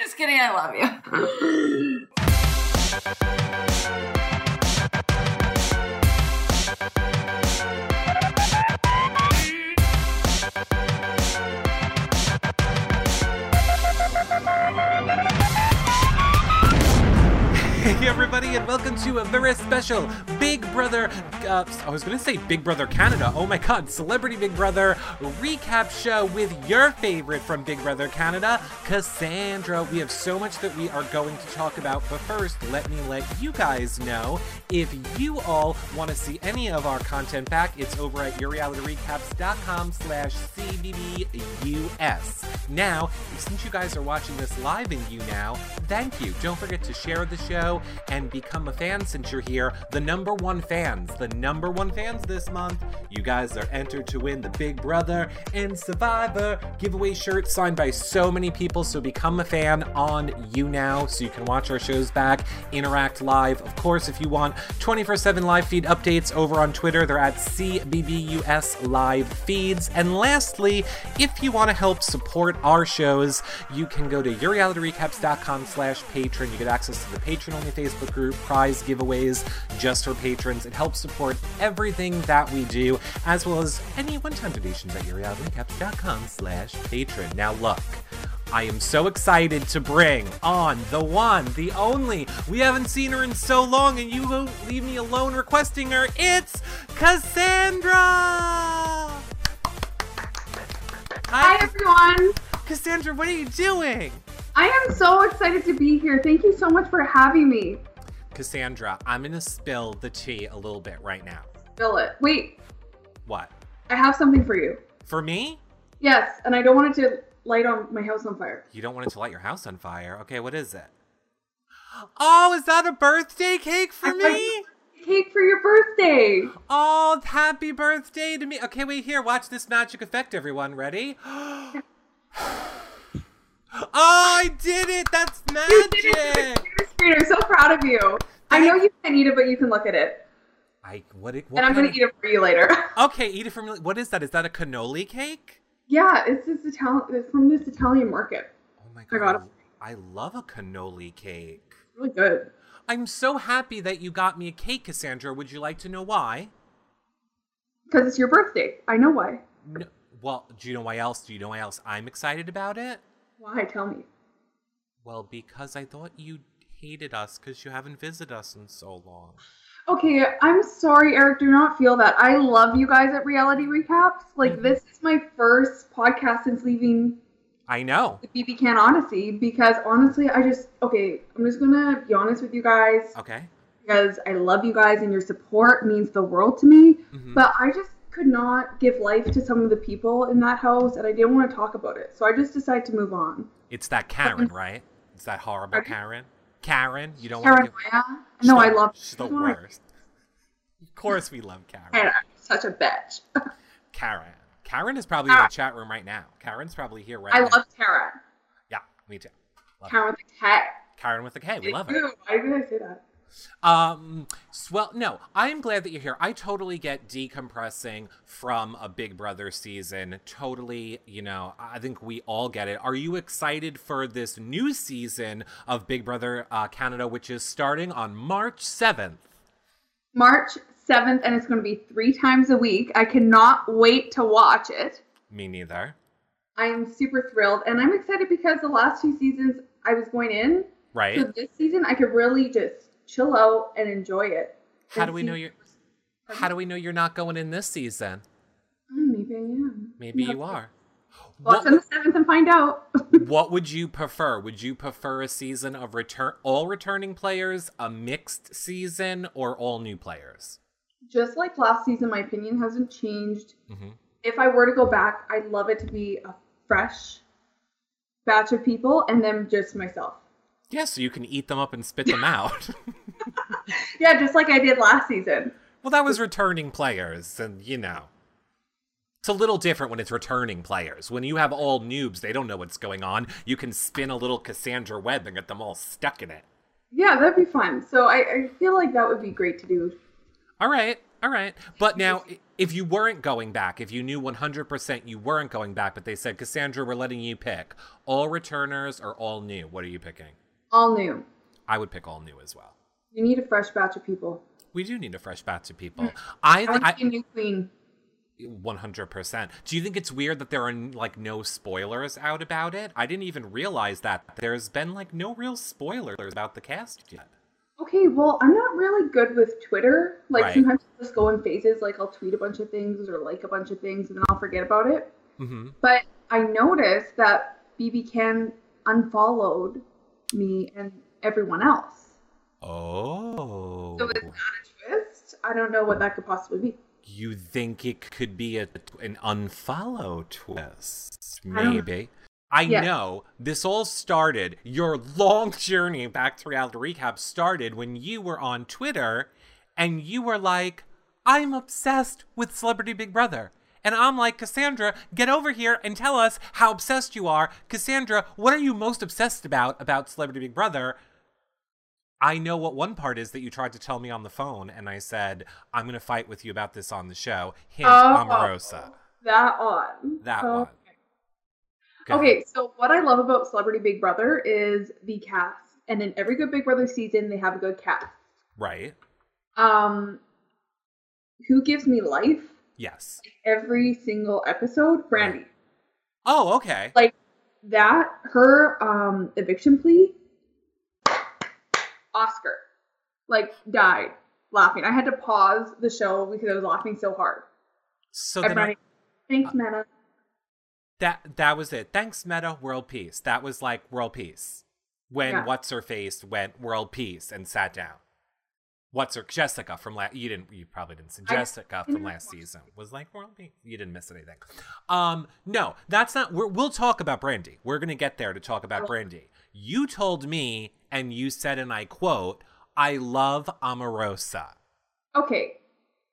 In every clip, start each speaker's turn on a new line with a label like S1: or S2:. S1: just kidding. I love you.
S2: Hey everybody, and welcome to a very special Big Brother. Uh, I was gonna say Big Brother Canada. Oh my God, Celebrity Big Brother recap show with your favorite from Big Brother Canada, Cassandra. We have so much that we are going to talk about, but first, let me let you guys know if you all want to see any of our content back, it's over at yourrealityrecaps.com/cbbus. Now, since you guys are watching this live in you now, thank you. Don't forget to share the show and become a fan since you're here. The number one fans, the number one fans this month. You guys are entered to win the Big Brother and Survivor giveaway shirt signed by so many people. So become a fan on you now so you can watch our shows back, interact live. Of course, if you want 24 7 live feed updates over on Twitter, they're at CBBUS Live Feeds. And lastly, if you want to help support our shows, you can go to yourrealityrecaps.com slash patron. You get access to the patron only Facebook group, prize giveaways just for patrons. It helps support everything that we do, as well as any one time donations at yourrealityrecaps.com slash patron. Now, look. I am so excited to bring on the one, the only. We haven't seen her in so long, and you won't leave me alone requesting her. It's Cassandra!
S3: Hi, everyone.
S2: Cassandra, what are you doing?
S3: I am so excited to be here. Thank you so much for having me.
S2: Cassandra, I'm gonna spill the tea a little bit right now.
S3: Spill it. Wait,
S2: What?
S3: I have something for you.
S2: For me?
S3: Yes, and I don't want it to light on my house on fire.
S2: You don't want it to light your house on fire. Okay, what is it? Oh, is that a birthday cake for me?
S3: Cake for your birthday.
S2: Oh, happy birthday to me. Okay, wait here. Watch this magic effect, everyone. Ready? oh, I did it. That's
S3: You did it.
S2: magic.
S3: You're a screener. I'm so proud of you. I know you can't eat it, but you can look at it.
S2: I what, it- what
S3: And I'm
S2: kind
S3: going to eat it for you later.
S2: of- Okay, eat it from what is that? Is that a cannoli cake?
S3: yeah, it's this Italian. It's from this Italian market.
S2: Oh my
S3: I
S2: god.
S3: got
S2: I love a cannoli cake.
S3: It's really good.
S2: I'm so happy that you got me a cake, Cassandra. Would you like to know why?
S3: Because it's your birthday. I know why.
S2: No, well, do you know why else? Do you know why else I'm excited about it?
S3: Why? Tell me.
S2: Well, because I thought you hated us because you haven't visited us in so long.
S3: Okay, I'm sorry, Eric. Do not feel that. I love you guys at Reality Recaps.
S2: Mm-hmm.
S3: Like, this is my first podcast since leaving
S2: I know.
S3: the BB Can Odyssey because honestly, I just, okay, I'm just gonna be honest with you guys
S2: Okay.
S3: because I love you guys and your support means the world to me.
S2: Mhm.
S3: But I just could not give life to some of the people in that house and I didn't want to talk about it. So I just decided to move on.
S2: It's that Karen, right? It's that horrible
S3: Pardon?
S2: Karen. Karen, you don't want
S3: Paranoia.
S2: to.
S3: No, I love
S2: She's
S3: I
S2: the
S3: just wanna-
S2: worst. Of course, we love Karen.
S3: Karen, Such a bitch.
S2: Karen. Karen is probably in the chat room right now. Karen's probably here right
S3: I
S2: now.
S3: love Tara.
S2: yeah, me too. Love
S3: Karen with a K.
S2: Karen with a K. We love it.
S3: Ew, Why did I say that?
S2: Um, s- well, no, I'm glad that you're here. I totally get decompressing from a Big Brother season. Totally, you know, I think we all get it. Are you excited for this new season of Big Brother uh, Canada, which is starting on March 7th?
S3: March 7th, and it's going to be three times a week. I cannot wait to watch it.
S2: Me neither.
S3: I am super thrilled, and I'm excited because the last two seasons I was going in.
S2: Right?
S3: So this season, I could really just chill out and enjoy it.
S2: How
S3: And
S2: do we
S3: see-
S2: know you're? How do we know you're not going in this season?
S3: Hmm, Maybe I am.
S2: Maybe
S3: Yeah.
S2: you are.
S3: Watch
S2: What-
S3: on the 7th and find out.
S2: what would you prefer? Would you prefer a season of return all returning players, a mixed season, or all new players?
S3: just like last season, my opinion hasn't changed.
S2: Mm-hmm.
S3: If I were to go back, I'd love it to be a fresh batch of people and then just myself.
S2: Yeah, so you can eat them up and spit them out.
S3: Yeah, just like I did last season.
S2: well, that was returning players, and you know. It's a little different when it's returning players. When you have all noobs, they don't know what's going on. You can spin a little Cassandra web and get them all stuck in it.
S3: Yeah, that'd be fun. So I, I feel like that would be great to do.
S2: All right. All right. But now, i- if you weren't going back, if you knew 100% you weren't going back, but they said, Cassandra, we're letting you pick all returners or all new, what are you picking?
S3: All new.
S2: I would pick all new as well.
S3: You need a fresh batch of people.
S2: We do need a fresh batch of people. I, I
S3: I need a new queen.
S2: 100%. Do you think it's weird that there are like no spoilers out about it? I didn't even realize that there's been like no real spoilers about the cast yet.
S3: Okay, well, I'm not really good with Twitter. Like
S2: Right.
S3: sometimes I'll just go in phases. Like I'll tweet a bunch of things or like a bunch of things, and then I'll forget about it.
S2: Mm-hmm.
S3: But I noticed that BB Can unfollowed me and everyone else.
S2: Oh.
S3: So it's not a twist. I don't know what that could possibly be.
S2: You think it could be a, an unfollow twist?
S3: I don't know.
S2: Maybe. I
S3: Yeah.
S2: know this all started, your long journey back to reality recap started when you were on Twitter and you were like, I'm obsessed with Celebrity Big Brother. And I'm like, Cassandra, get over here and tell us how obsessed you are. Cassandra, what are you most obsessed about about Celebrity Big Brother? I know what one part is that you tried to tell me on the phone, and I said, I'm going to fight with you about this on the show. Hint, Omarosa.
S3: That on.
S2: That
S3: Oh.
S2: one. Go ahead.
S3: Okay, so what I love about Celebrity Big Brother is the cast. And in every good Big Brother season, they have a good cast.
S2: Right.
S3: Um, who gives me life
S2: Yes.
S3: every single episode? Brandy.
S2: Oh, okay.
S3: Like- That, her um, eviction plea, Oscar, like died laughing. I had to pause the show because I was laughing so hard.
S2: So
S3: And
S2: Oh, then I- Uh,
S3: Brandy, Thanks, Mana.
S2: that that was it. Thanks, Meta. World peace. That was like world peace. When
S3: Yeah.
S2: what's her face went world peace and sat down. What's her Jessica from last? You didn't. You probably didn't see
S3: I-
S2: Jessica from
S3: didn't
S2: last
S3: watch it.
S2: season. Was like world peace. You didn't miss anything. Um, no, that's not. We're, we'll talk about Brandy. We're gonna get there to talk about
S3: Okay.
S2: Brandy. You told me, and you said, and I quote, "I love Amorosa."
S3: Okay,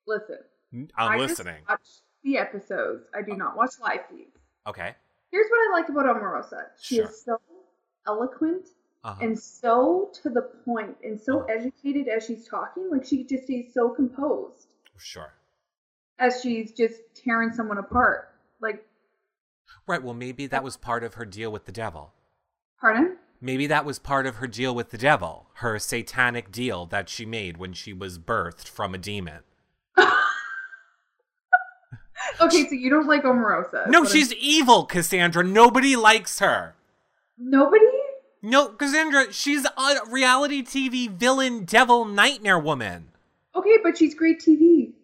S3: listen.
S2: I'm
S3: I just
S2: listening.
S3: watch the episodes. I do not watch live feeds.
S2: Okay.
S3: Here's what I like about Omarosa. She
S2: Sure.
S3: is so eloquent
S2: Uh-huh.
S3: and so to the point and so
S2: Uh-huh.
S3: educated as she's talking. Like she just stays so composed
S2: sure.
S3: as she's just tearing someone apart. Like,
S2: Right. Well, maybe that was part of her deal with the devil.
S3: pardon?
S2: Maybe that was part of her deal with the devil, her satanic deal that she made when she was birthed from a demon.
S3: Okay, so you don't like
S2: No,
S3: Omarosa. is what I'm-
S2: she's evil, Cassandra. Nobody likes her.
S3: nobody.
S2: No, Cassandra, she's a reality TV villain, devil, nightmare woman.
S3: Okay, but she's great TV.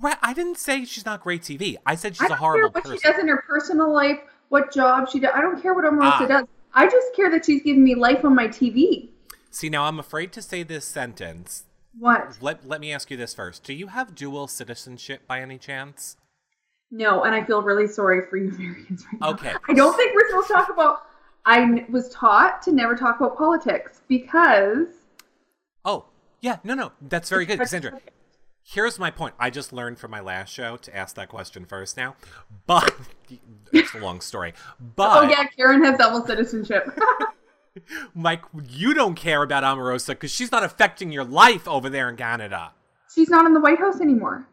S2: Right? I didn't say she's not great TV. I said
S3: I
S2: she's a
S3: don't
S2: horrible
S3: care what
S2: person.
S3: she does in her personal life, what job she does. I don't care what Omarosa
S2: Ah.
S3: does. I just care that she's giving me life on my TV.
S2: See, now I'm afraid to say this sentence.
S3: What?
S2: Let, let me ask you this first. Do you have dual citizenship by any chance?
S3: No, and I feel really sorry for you Americans right now.
S2: Okay.
S3: I don't think we're supposed to talk about. I n- was taught to never talk about politics because
S2: Oh, yeah, no, no, that's very good,
S3: It's
S2: Cassandra. Here's my point. I just learned from my last show to ask that question first now, but it's a long story. But
S3: oh yeah, Karen has double citizenship.
S2: Mike, you don't care about Omarosa because she's not affecting your life over there in Canada.
S3: She's not in the White House anymore.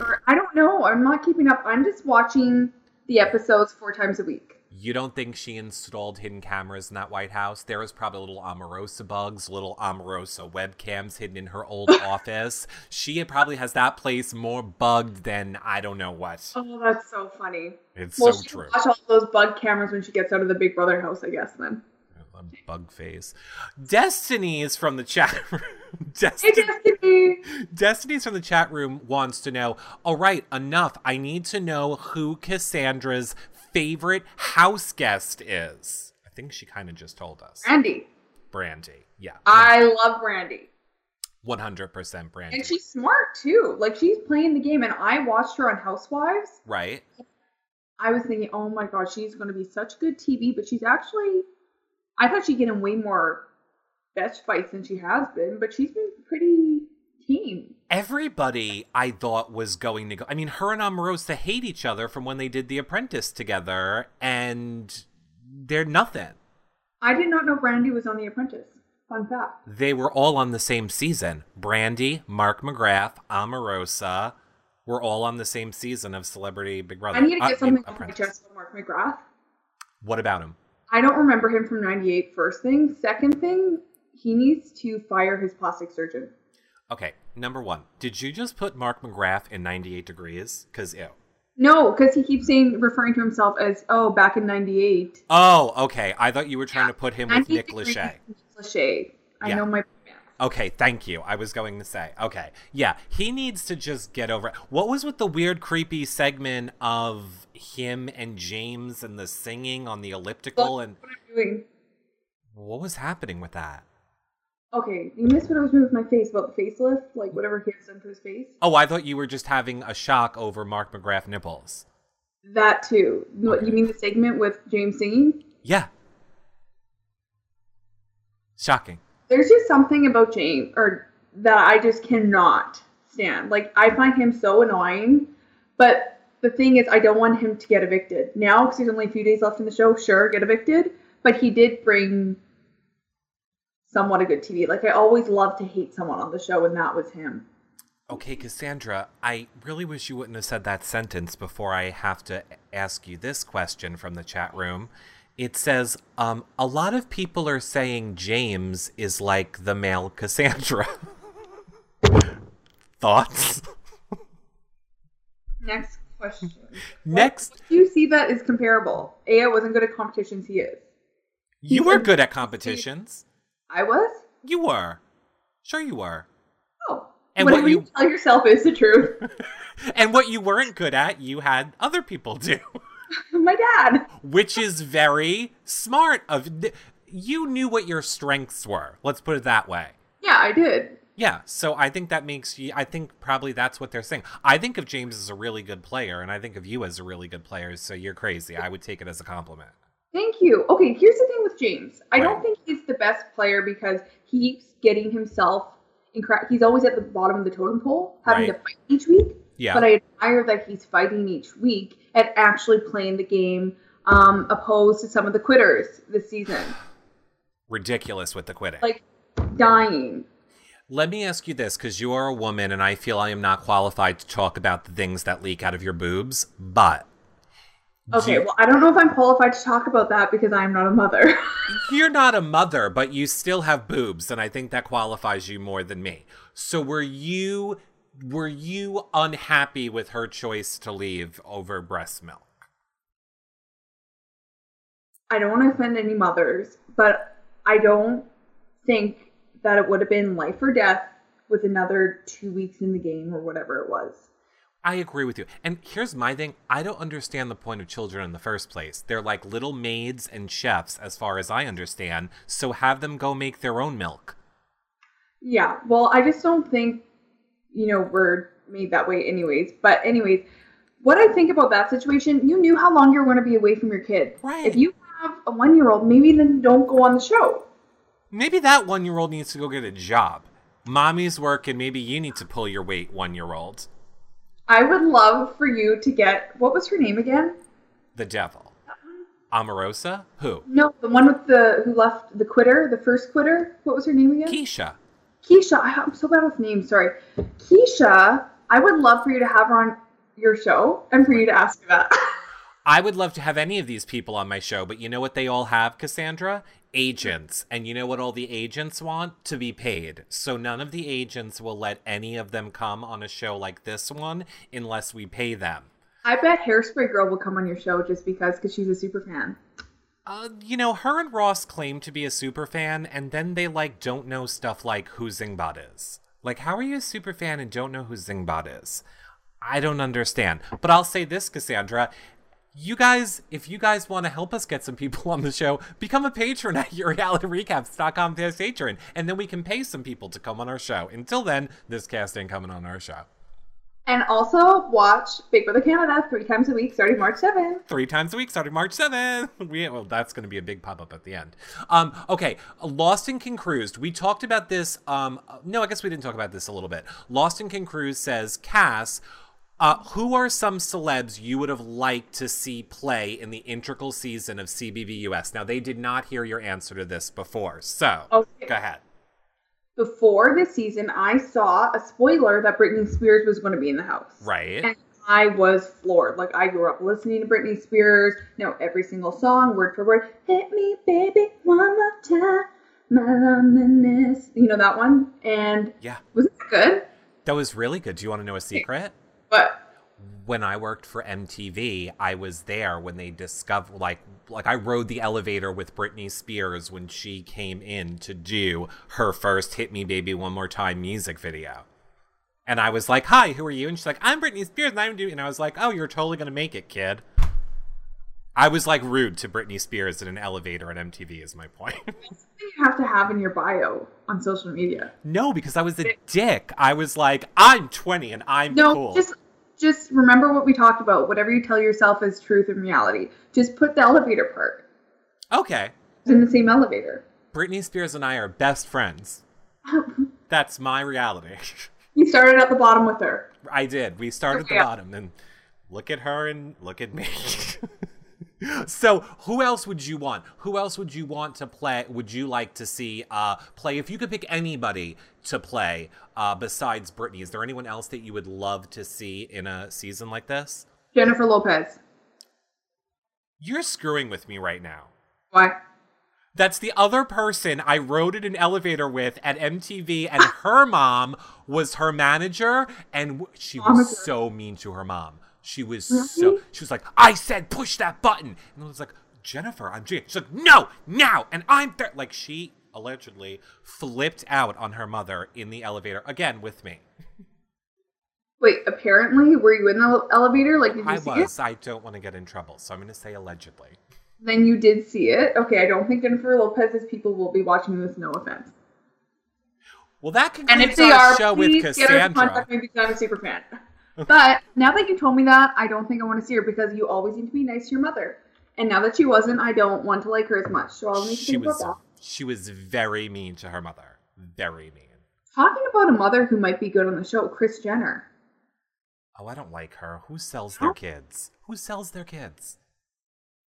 S3: or I don't know. I'm not keeping up. I'm just watching the episodes four times a week.
S2: You don't think she installed hidden cameras in that White House? There was probably little Omarosa bugs, little Omarosa webcams hidden in her old office. She probably has that place more bugged than I don't know what.
S3: Oh, that's so funny.
S2: It's
S3: Well,
S2: so
S3: she
S2: true.
S3: watch all those bug cameras when she gets out of the Big Brother house. I guess then.
S2: A bug face. Destiny is from the chat room.
S3: Hey,
S2: Destiny,
S3: Destiny.
S2: Destiny's from the chat room wants to know. All right, enough. I need to know who Cassandra's favorite house guest is. I think she kind of just told us.
S3: Brandy.
S2: Brandy. Yeah.
S3: I love Brandy.
S2: One hundred percent Brandy.
S3: And she's smart too. Like she's playing the game. And I watched her on Housewives.
S2: right.
S3: I was thinking, oh my god, she's going to be such good TV, but she's actually, I thought she'd get in way more best fights than she has been, but she's been pretty tame.
S2: Everybody I thought was going to go. I mean, her and Omarosa hate each other from when they did The Apprentice together, and they're nothing.
S3: I did not know Brandy was on The Apprentice. Fun fact.
S2: They were all on the same season. Brandy, Mark McGrath, Omarosa were all on the same season of Celebrity Big Brother.
S3: I need to
S2: Uh,
S3: get something off my
S2: Apprentice.
S3: chest for Mark McGrath.
S2: What about him?
S3: I don't remember him from 98, first thing. Second thing, he needs to fire his plastic surgeon.
S2: Okay, number one. Did you just put Mark McGrath in 98 degrees? Because ew.
S3: No, because he keeps saying, referring to himself as, oh, back in 98.
S2: Oh, okay. I thought you were trying to put him with
S3: 98
S2: Nick
S3: degrees
S2: Lachey.
S3: is Nick Lachey. I
S2: Yeah.
S3: know my.
S2: Okay, thank you. I was going to say. Okay. Yeah, he needs to just get over it. What was with the weird, creepy segment of him and James and the singing on the elliptical? And
S3: What I'm doing.
S2: what was happening with that?
S3: Okay, you missed what I was doing with my face about the facelift, like whatever he has done to his face.
S2: Oh, I thought you were just having a shock over Mark McGrath nipples.
S3: That too. What,
S2: Okay.
S3: you mean the segment with James singing?
S2: Yeah. Shocking.
S3: There's just something about James or that I just cannot stand. Like I find him so annoying, but the thing is, I don't want him to get evicted now because there's only a few days left in the show. Sure, get evicted, but he did bring somewhat a good TV. Like I always love to hate someone on the show, and that was him.
S2: Okay, Cassandra, I really wish you wouldn't have said that sentence before I have to ask you this question from the chat room. It says, um, a lot of people are saying James is like the male Cassandra. Thoughts?
S3: Next question.
S2: Next,
S3: Do you see that is comparable? Aya wasn't good at competitions. He is.
S2: you were good at competitions.
S3: I was.
S2: You were. Sure, you were.
S3: Oh.
S2: And what
S3: Whatever you
S2: you-
S3: tell yourself is the truth.
S2: And what you weren't good at, you had other people do.
S3: My dad.
S2: which is very smart of you knew what your strengths were let's put it that way
S3: Yeah, I did.
S2: yeah so i think that makes you i think probably that's what they're saying i think of james as a really good player and i think of you as a really good player so you're crazy i would take it as a compliment
S3: Thank you. Okay, here's the thing with James. I
S2: Right.
S3: don't think he's the best player because he keeps getting himself in cra- he's always at the bottom of the totem pole having to
S2: Right.
S3: fight each week.
S2: yeah
S3: But I admire that he's fighting each week and actually playing the game um, opposed to some of the quitters this season.
S2: ridiculous with the quitting
S3: Like dying.
S2: let me ask you this because you are a woman and i feel i am not qualified to talk about the things that leak out of your boobs but do
S3: Okay,
S2: you-
S3: well I don't know if I'm qualified to talk about that because I'm not a mother.
S2: You're not a mother, but you still have boobs, and I think that qualifies you more than me. So were you were you unhappy with her choice to leave over breast milk?
S3: I don't want to offend any mothers, but I don't think that it would have been life or death with another two weeks in the game or whatever it was.
S2: I agree with you. And here's my thing I don't understand the point of children in the first place. They're like little maids and chefs, as far as I understand. So have them go make their own milk.
S3: Yeah, well, I just don't think, you know, we're made that way, anyways. But, anyways, what I think about that situation, you knew how long you're going to be away from your kid.
S2: Right.
S3: If you have a one year old, maybe then don't go on the show.
S2: Maybe that one year old needs to go get a job. Mommy's working. Maybe you need to pull your weight, one year old.
S3: I would love for you to get what was her name again?
S2: The devil. Amorosa? Who?
S3: No, the one with the who left the quitter, the first quitter. What was her name again?
S2: Keisha.
S3: Keisha, I- I'm so bad with names. Sorry, Keisha. I would love for you to have her on your show and for you to ask her that.
S2: I would love to have any of these people on my show, but you know what they all have, Cassandra? Agents. And you know what all the agents want? To be paid. So none of the agents will let any of them come on a show like this one unless we pay them.
S3: I bet Hairspray Girl will come on your show just because, because she's a super fan.
S2: Uh, you know, her and Ross claim to be a super fan, and then they like don't know stuff like who Zingbot is. Like, how are you a super fan and don't know who Zingbot is? I don't understand. But I'll say this, Cassandra. You guys, if you guys want to help us get some people on the show, become a patron at yourrealityrecaps.com slash patron, and then we can pay some people to come on our show. Until then, this cast ain't coming on our show.
S3: And also watch Big Brother Canada three times a week starting March 7th.
S2: three times a week starting March 7th. We, well, that's going to be a big pop up at the end. Um, okay, Lost and King Cruz. We talked about this. Um, no, I guess we didn't talk about this a little bit. Lost and King Cruz says, Cass, Uh, who are some celebs you would have liked to see play in the integral season of CBVUS? Now, they did not hear your answer to this before, so
S3: Okay.
S2: go ahead.
S3: Before this season, I saw a spoiler that Britney Spears was going to be in the house.
S2: Right?
S3: And I was floored. Like I grew up listening to Britney Spears, know every single song word for word. Hit me, baby, one more time. My loneliness. You know that one? And
S2: Yeah.
S3: wasn't that good?
S2: That was really good. Do you want to know a secret?
S3: But
S2: When I worked for MTV, I was there when they discovered like like I rode the elevator with Britney Spears when she came in to do her first Hit Me Baby One More Time music video. And I was like, "Hi, who are you?" And she's like, "I'm Britney Spears." And I'm doing and I was like, "Oh, you're totally going to make it, kid." I was like rude to Britney Spears in an elevator at MTV is my point.
S3: what you have to have in your bio on social media.
S2: no, because I was a dick. I was like, "I'm 20 and I'm
S3: No,
S2: cool."
S3: just just remember what we talked about. Whatever you tell yourself is truth and reality. Just put the elevator part.
S2: okay.
S3: It's in the same elevator.
S2: Britney Spears and I are best friends. That's my reality.
S3: You started at the bottom with her.
S2: I did. We started at the
S3: Yeah.
S2: bottom and look at her and look at me. so, who else would you want? Who else would you want to play? Would you like to see uh, play? If you could pick anybody to play uh, besides Britney, is there anyone else that you would love to see in a season like this?
S3: Jennifer Lopez.
S2: You're screwing with me right now.
S3: Why?
S2: That's the other person I rode in an elevator with at MTV, and her mom was her manager, and w- she
S3: Manager.
S2: was so mean to her mom. She was so she was like, "I said push that button," and I was like, "Jennifer, I'm Jane." She's like, "No, now," and I'm there. Like she allegedly flipped out on her mother in the elevator again with me.
S3: Wait, apparently, were you in the elevator? Like, did you
S2: I
S3: see
S2: was. I don't want to get in trouble, so I'm going to say allegedly.
S3: it? Then you did see it. Okay, I don't think Jennifer Lopez's people will be watching this. No offense.
S2: Well, that
S3: And
S2: concludes
S3: if they
S2: our
S3: are,
S2: show with
S3: please get her to
S2: Cassandra.
S3: contact me because I'm a super fan. But now that you told me that, I don't think I want to see her because you always need to be nice to your mother. And now that she wasn't, I don't want to like her as much. So I'll need to
S2: she
S3: think
S2: was
S3: about
S2: she was very mean to her mother. Very mean.
S3: that. Talking about a mother who might be good on the show, Chris Jenner.
S2: Oh, I don't like her. Who sells their
S3: Huh?
S2: kids? Who sells their kids?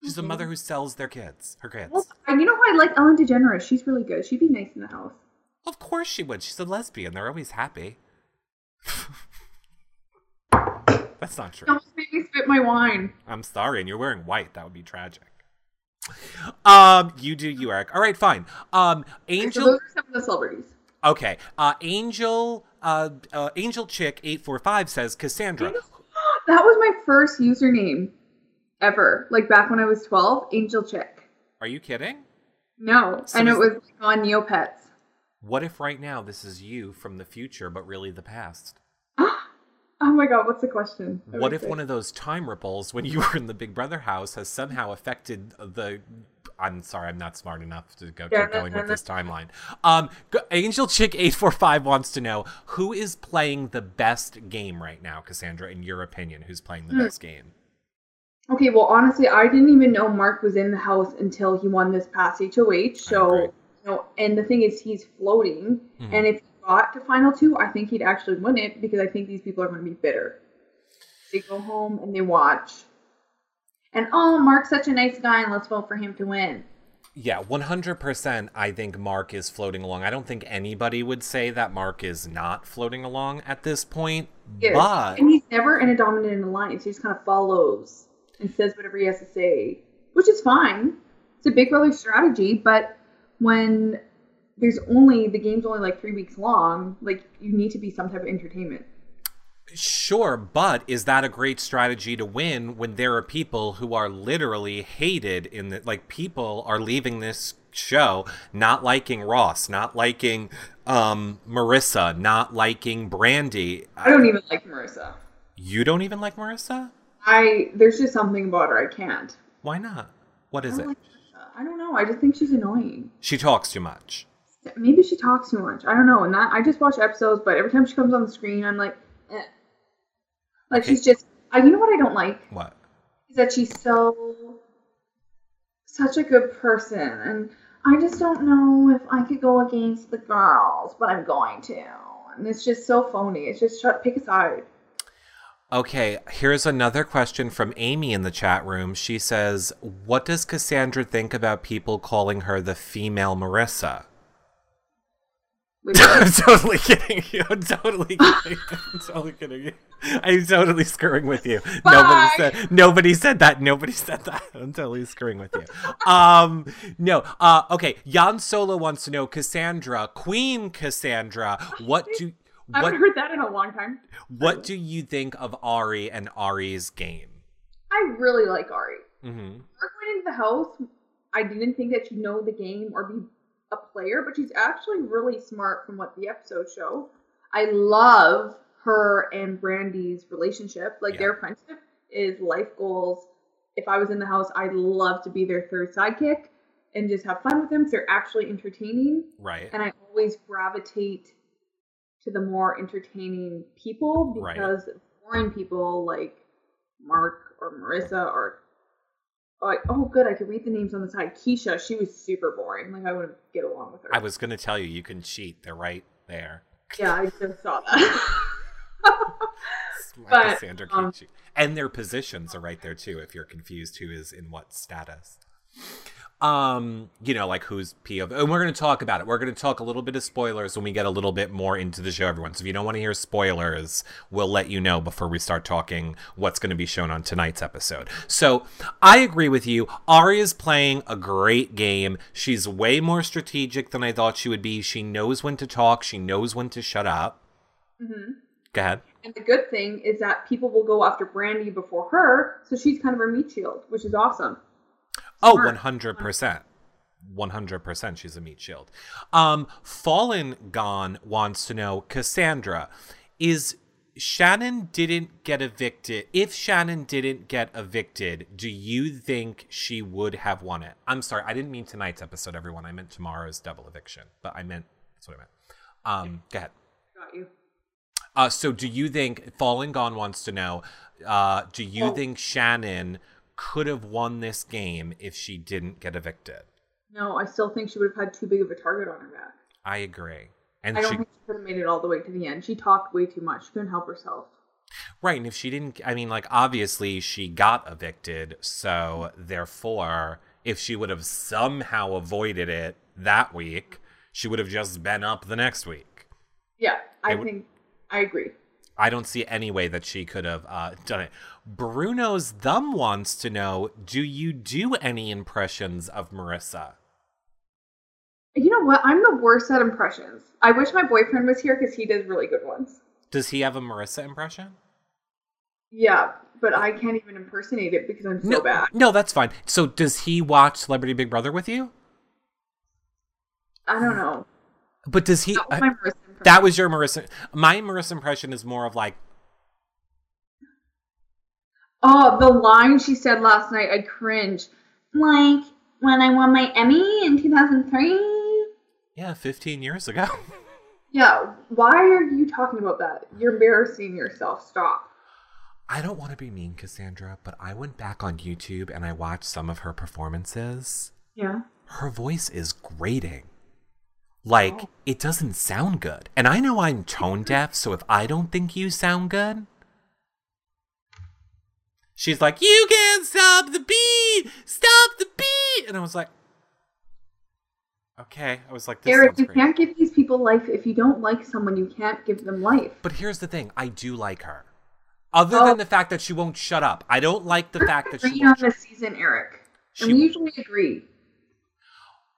S2: She's a mother who sells their kids. Her kids.
S3: Mm-hmm. Well, and you know who I like Ellen DeGeneres. She's really good. She'd be nice in the house.
S2: of course she would. She's a lesbian. They're always happy. That's not true.
S3: She almost made me spit my wine.
S2: I'm sorry, and you're wearing white. That would be tragic. Um, you do you, Eric. All right, fine. Um,
S3: So
S2: Angel.
S3: those are some of the celebrities.
S2: Okay. Uh, Angel. Uh, uh, Angel chick eight four five says Cassandra.
S3: That was my first username ever. Like back when I was 12, Angel Chick.
S2: Are you kidding?
S3: No,
S2: So
S3: and it
S2: is-
S3: was on Neopets.
S2: What if right now this is you from the future, but really the past?
S3: Oh my god, what's the question?
S2: What if one of those time ripples when you were in the Big Brother house has somehow affected the? I'm sorry, I'm not smart enough to go
S3: Yeah,
S2: keep
S3: no,
S2: going
S3: no,
S2: with
S3: no.
S2: this timeline. Um, g- Angel Chick eight four five wants to know who is playing the best game right now, Cassandra. In your opinion, who's playing the
S3: Hmm.
S2: best game?
S3: Okay, well honestly, I didn't even know Mark was in the house until he won this past HOH. So
S2: agree.
S3: you know, and the thing is he's floating.
S2: Mhm.
S3: And if he got to final two, I think he'd actually win it because I think these people are gonna be bitter. They go home and they watch. And oh Mark's such a nice guy and let's vote for him to win.
S2: Yeah, one hundred percent. I think Mark is floating along. I don't think anybody would say that Mark is not floating along at this point.
S3: Yes.
S2: But
S3: And he's never in a dominant alliance. He just kind of follows and says whatever he has to say, which is fine. It's a big brother strategy, but when there's only the game's only like three weeks long, like you need to be some type of entertainment.
S2: Sure, but is that a great strategy to win when there are people who are literally hated in the like people are leaving this show not liking Ross, not liking um Marissa, not liking Brandy.
S3: I don't e- even like Marissa.
S2: You don't even like Marissa?
S3: I there's just something about her I can't.
S2: Why not? What is
S3: I don't
S2: it?
S3: like Marissa. I don't know. I just think she's annoying.
S2: She talks too much.
S3: Maybe she talks too much. I don't know. And that I just watch episodes, but every time she comes on the screen, I'm like, eh. like
S2: Okay.
S3: she's just. I, you know what I don't like?
S2: What?
S3: is that she's so such a good person and I just don't know if I could go against the girls, but I'm going to. And it's just so phony. It's just shut pick a side.
S2: Okay, here's another question from Amy in the chat room. She says, What does Cassandra think about people calling her the female Marissa?
S3: Wait,
S2: I'm totally kidding you. I'm totally kidding. I'm totally kidding you. I'm totally screwing with you.
S3: Bye.
S2: Nobody said nobody said that. Nobody said that. I'm totally screwing with you. Um no. Uh okay. Jan Solo wants to know Cassandra, Queen Cassandra, what do
S3: I
S2: what
S3: haven't heard that in a long time.
S2: what do you think of Ari and Ari's game?
S3: I really like Ari.
S2: hmm
S3: Her going into the house, I didn't think that she'd know the game or be a player, but she's actually really smart from what the episodes show. I love her and Brandy's relationship. Like
S2: Yeah.
S3: their friendship is life goals. If I was in the house, I'd love to be their third sidekick and just have fun with them. 'cause They're actually entertaining.
S2: Right.
S3: and I always gravitate to the more entertaining people
S2: Right.
S3: because boring people like Mark or Marissa or like oh good I could read the names on the side. Keisha, she was super boring. Like I wouldn't get along with her.
S2: I was gonna tell you you can cheat. They're right there.
S3: yeah, I just saw that.
S2: My
S3: But,
S2: Cassandra can
S3: um,
S2: cheat. And their positions are right there too, if you're confused who is in what status. Um, you know, like who's POV and we're gonna talk about it. We're gonna talk a little bit of spoilers when we get a little bit more into the show, everyone. So if you don't want to hear spoilers, we'll let you know before we start talking what's gonna be shown on tonight's episode. So I agree with you. Ari is playing a great game. She's way more strategic than I thought she would be. She knows when to talk, she knows when to shut up.
S3: hmm
S2: Go ahead.
S3: And the good thing is that people will go after Brandy before her, so she's kind of her meat shield, which is awesome.
S2: Oh,
S3: Smart.
S2: 100%. 100% she's a meat shield. Um Fallen Gone wants to know Cassandra is Shannon didn't get evicted. If Shannon didn't get evicted, do you think she would have won it? I'm sorry, I didn't mean tonight's episode everyone. I meant tomorrow's double eviction, but I meant that's what I meant. Um go ahead.
S3: Got you.
S2: Uh, so, do you think Fallen Gone wants to know? Uh, do you
S3: Oh.
S2: think Shannon could have won this game if she didn't get evicted?
S3: No, I still think she would have had too big of a target on her back.
S2: I agree. And
S3: I don't
S2: she
S3: think she could have made it all the way to the end. She talked way too much. She couldn't help herself.
S2: right, and if she didn't, I mean, like obviously she got evicted, so therefore, if she would have somehow avoided it that week, she would have just been up the next week.
S3: Yeah, I
S2: It would-
S3: think I agree.
S2: I don't see any way that she could have uh, done it. Bruno's thumb wants to know: Do you do any impressions of Marissa?
S3: You know what? I'm the worst at impressions. I wish my boyfriend was here because he does really good ones.
S2: Does he have a Marissa impression?
S3: Yeah, but I can't even impersonate it because I'm so
S2: no,
S3: bad.
S2: no, that's fine. So, does he watch Celebrity Big Brother with you?
S3: I don't know.
S2: But does he?
S3: That was
S2: I-
S3: my worst impression.
S2: that was your Marissa. My Marissa impression is more of like,
S3: oh, the line she said last night, I cringe. Like when I won my Emmy in 2003.
S2: yeah, 15 years ago.
S3: Yeah, why are you talking about that? You're embarrassing yourself. Stop.
S2: I don't want to be mean, Cassandra, but I went back on YouTube and I watched some of her performances.
S3: Yeah.
S2: Her voice is grating. Like,
S3: Oh.
S2: it doesn't sound good. And I know I'm tone deaf, so if I don't think you sound good, she's like, You can't stop the beat! Stop the beat! And I was like, Okay. I was like, this
S3: Eric,
S2: sounds
S3: you
S2: great.
S3: can't give these people life if you don't like someone. You can't give them life.
S2: But here's the thing: I do like her. Other
S3: Oh.
S2: than the fact that she won't shut up, I don't like the fact that
S3: Agree
S2: she
S3: on
S2: won't. Shut
S3: this season, Eric.
S2: She-
S3: and we usually agree.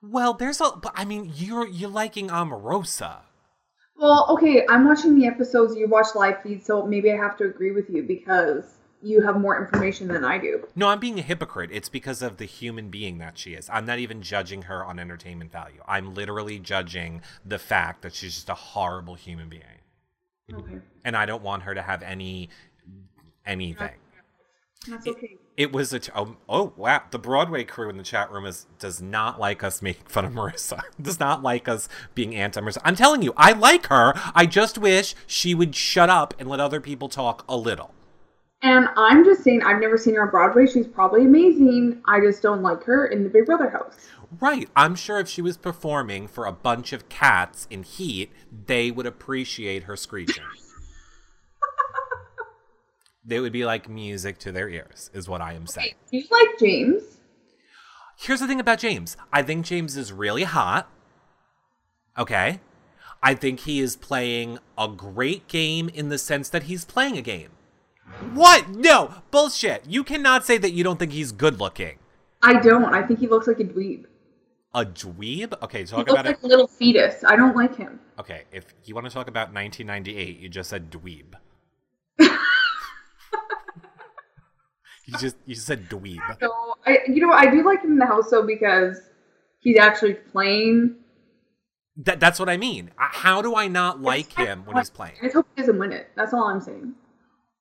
S2: Well, there's a. But I mean, you're you're liking Omarosa.
S3: Well, okay, I'm watching the episodes you watch live feed, so maybe I have to agree with you because you have more information than I do.
S2: No, I'm being a hypocrite. It's because of the human being that she is. I'm not even judging her on entertainment value. I'm literally judging the fact that she's just a horrible human being,
S3: Okay,
S2: and I don't want her to have any anything.
S3: that's okay.
S2: It was a t- oh, oh wow the Broadway crew in the chat room is does not like us making fun of Marissa does not like us being anti Marissa I'm telling you I like her I just wish she would shut up and let other people talk a little
S3: And I'm just saying, I've never seen her on Broadway. She's probably amazing. I just don't like her in the Big Brother house.
S2: right I'm sure if she was performing for a bunch of cats in heat they would appreciate her screeching They would be like music to their ears, is what I am saying.
S3: Do you like James?
S2: Here's the thing about James. I think James is really hot. Okay. I think he is playing a great game in the sense that he's playing a game. What? No, bullshit. You cannot say that you don't think he's good looking.
S3: I don't. I think he looks like a dweeb.
S2: A dweeb? Okay,
S3: He
S2: talk
S3: looks
S2: about
S3: like
S2: it.
S3: a little fetus. I don't like him.
S2: Okay, if you want to talk about 1998, you just said dweeb. you just you said dweeb.
S3: So I, you know, I do like him in the house though because he's actually playing.
S2: That, that's what I mean. Uh, How do I not like him when he's playing?
S3: I just hope he doesn't win it. That's all I'm saying.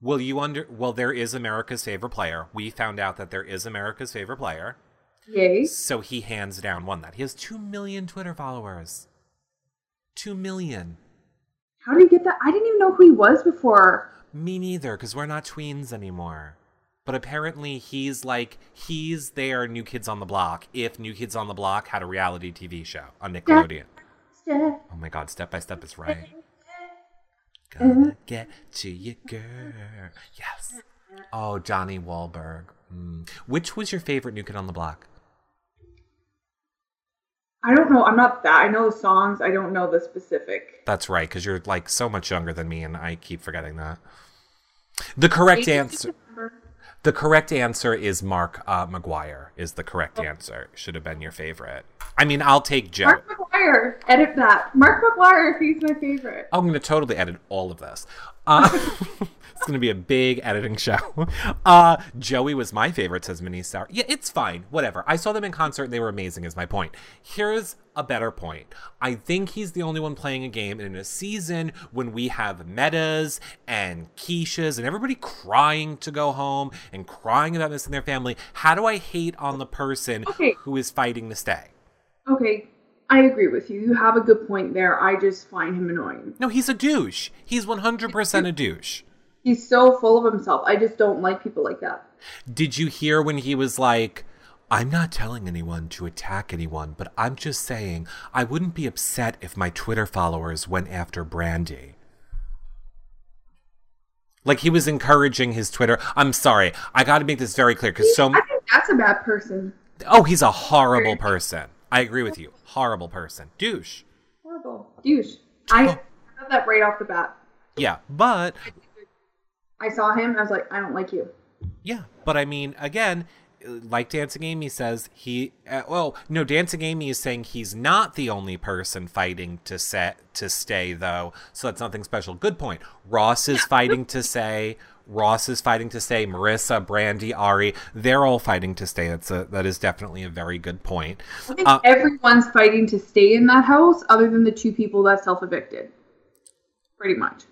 S2: Well, you under well, there is America's favorite player. We found out that there is America's favorite player,
S3: Yay!
S2: so he hands down won that. He has two million Twitter followers. Two million.
S3: How did he get that? I didn't even know who he was before.
S2: Me neither, because we're not tweens anymore. But apparently, he's like he's their New Kids on the Block. If New Kids on the Block had a reality TV show on Nickelodeon.
S3: Step
S2: Oh my God, Step by Step Mm-hmm. is right. Gonna get to you, girl. Yes. Oh, Johnny Wahlberg. Mm. Which was your favorite New Kid on the Block?
S3: I don't know. I'm not that. I know the songs. I don't know the specific.
S2: That's right, because you're like so much younger than me, and I keep forgetting that. The correct answer. The correct answer is Mark uh, McGuire. Is the correct answer. Should have been your favorite. I mean, I'll take Joe.
S3: Mark McGuire. Edit that. Mark McGuire. He's my favorite.
S2: I'm going to totally edit all of this. Uh, it's going to be a big editing show. Uh, Joey was my favorite, says Minnie Sour. Yeah, it's fine. Whatever. I saw them in concert. They were amazing, is my point. Here's a better point. I think he's the only one playing a game in a season when we have metas and quiches and everybody crying to go home and crying about missing their family. How do I hate on the person
S3: Okay.
S2: who is fighting to stay?
S3: Okay, I agree with you. You have a good point there. I just find him annoying.
S2: No, he's a douche. He's 100% a douche.
S3: He's so full of himself. I just don't like people like that.
S2: Did you hear when he was like, I'm not telling anyone to attack anyone, but I'm just saying I wouldn't be upset if my Twitter followers went after Brandy. Like he was encouraging his Twitter. I'm sorry, I got to make this very clear because so.
S3: I think that's a bad person.
S2: Oh, he's a horrible person. I agree with you. Horrible person, douche.
S3: Horrible. Douche. I saw that right off the bat.
S2: Yeah, but
S3: I saw him. I was like, I don't like you.
S2: Yeah, but I mean, again, like Dancing Amy says, he. Uh, well, no, Dancing Amy is saying he's not the only person fighting to set to stay, though. So that's nothing special. Good point. Ross is fighting to say. Ross is fighting to stay. Marissa, Brandy, Ari, they're all fighting to stay. That's a that is definitely a very good point.
S3: I think
S2: Uh,
S3: everyone's fighting to stay in that house other than the two people that self evicted. Pretty much.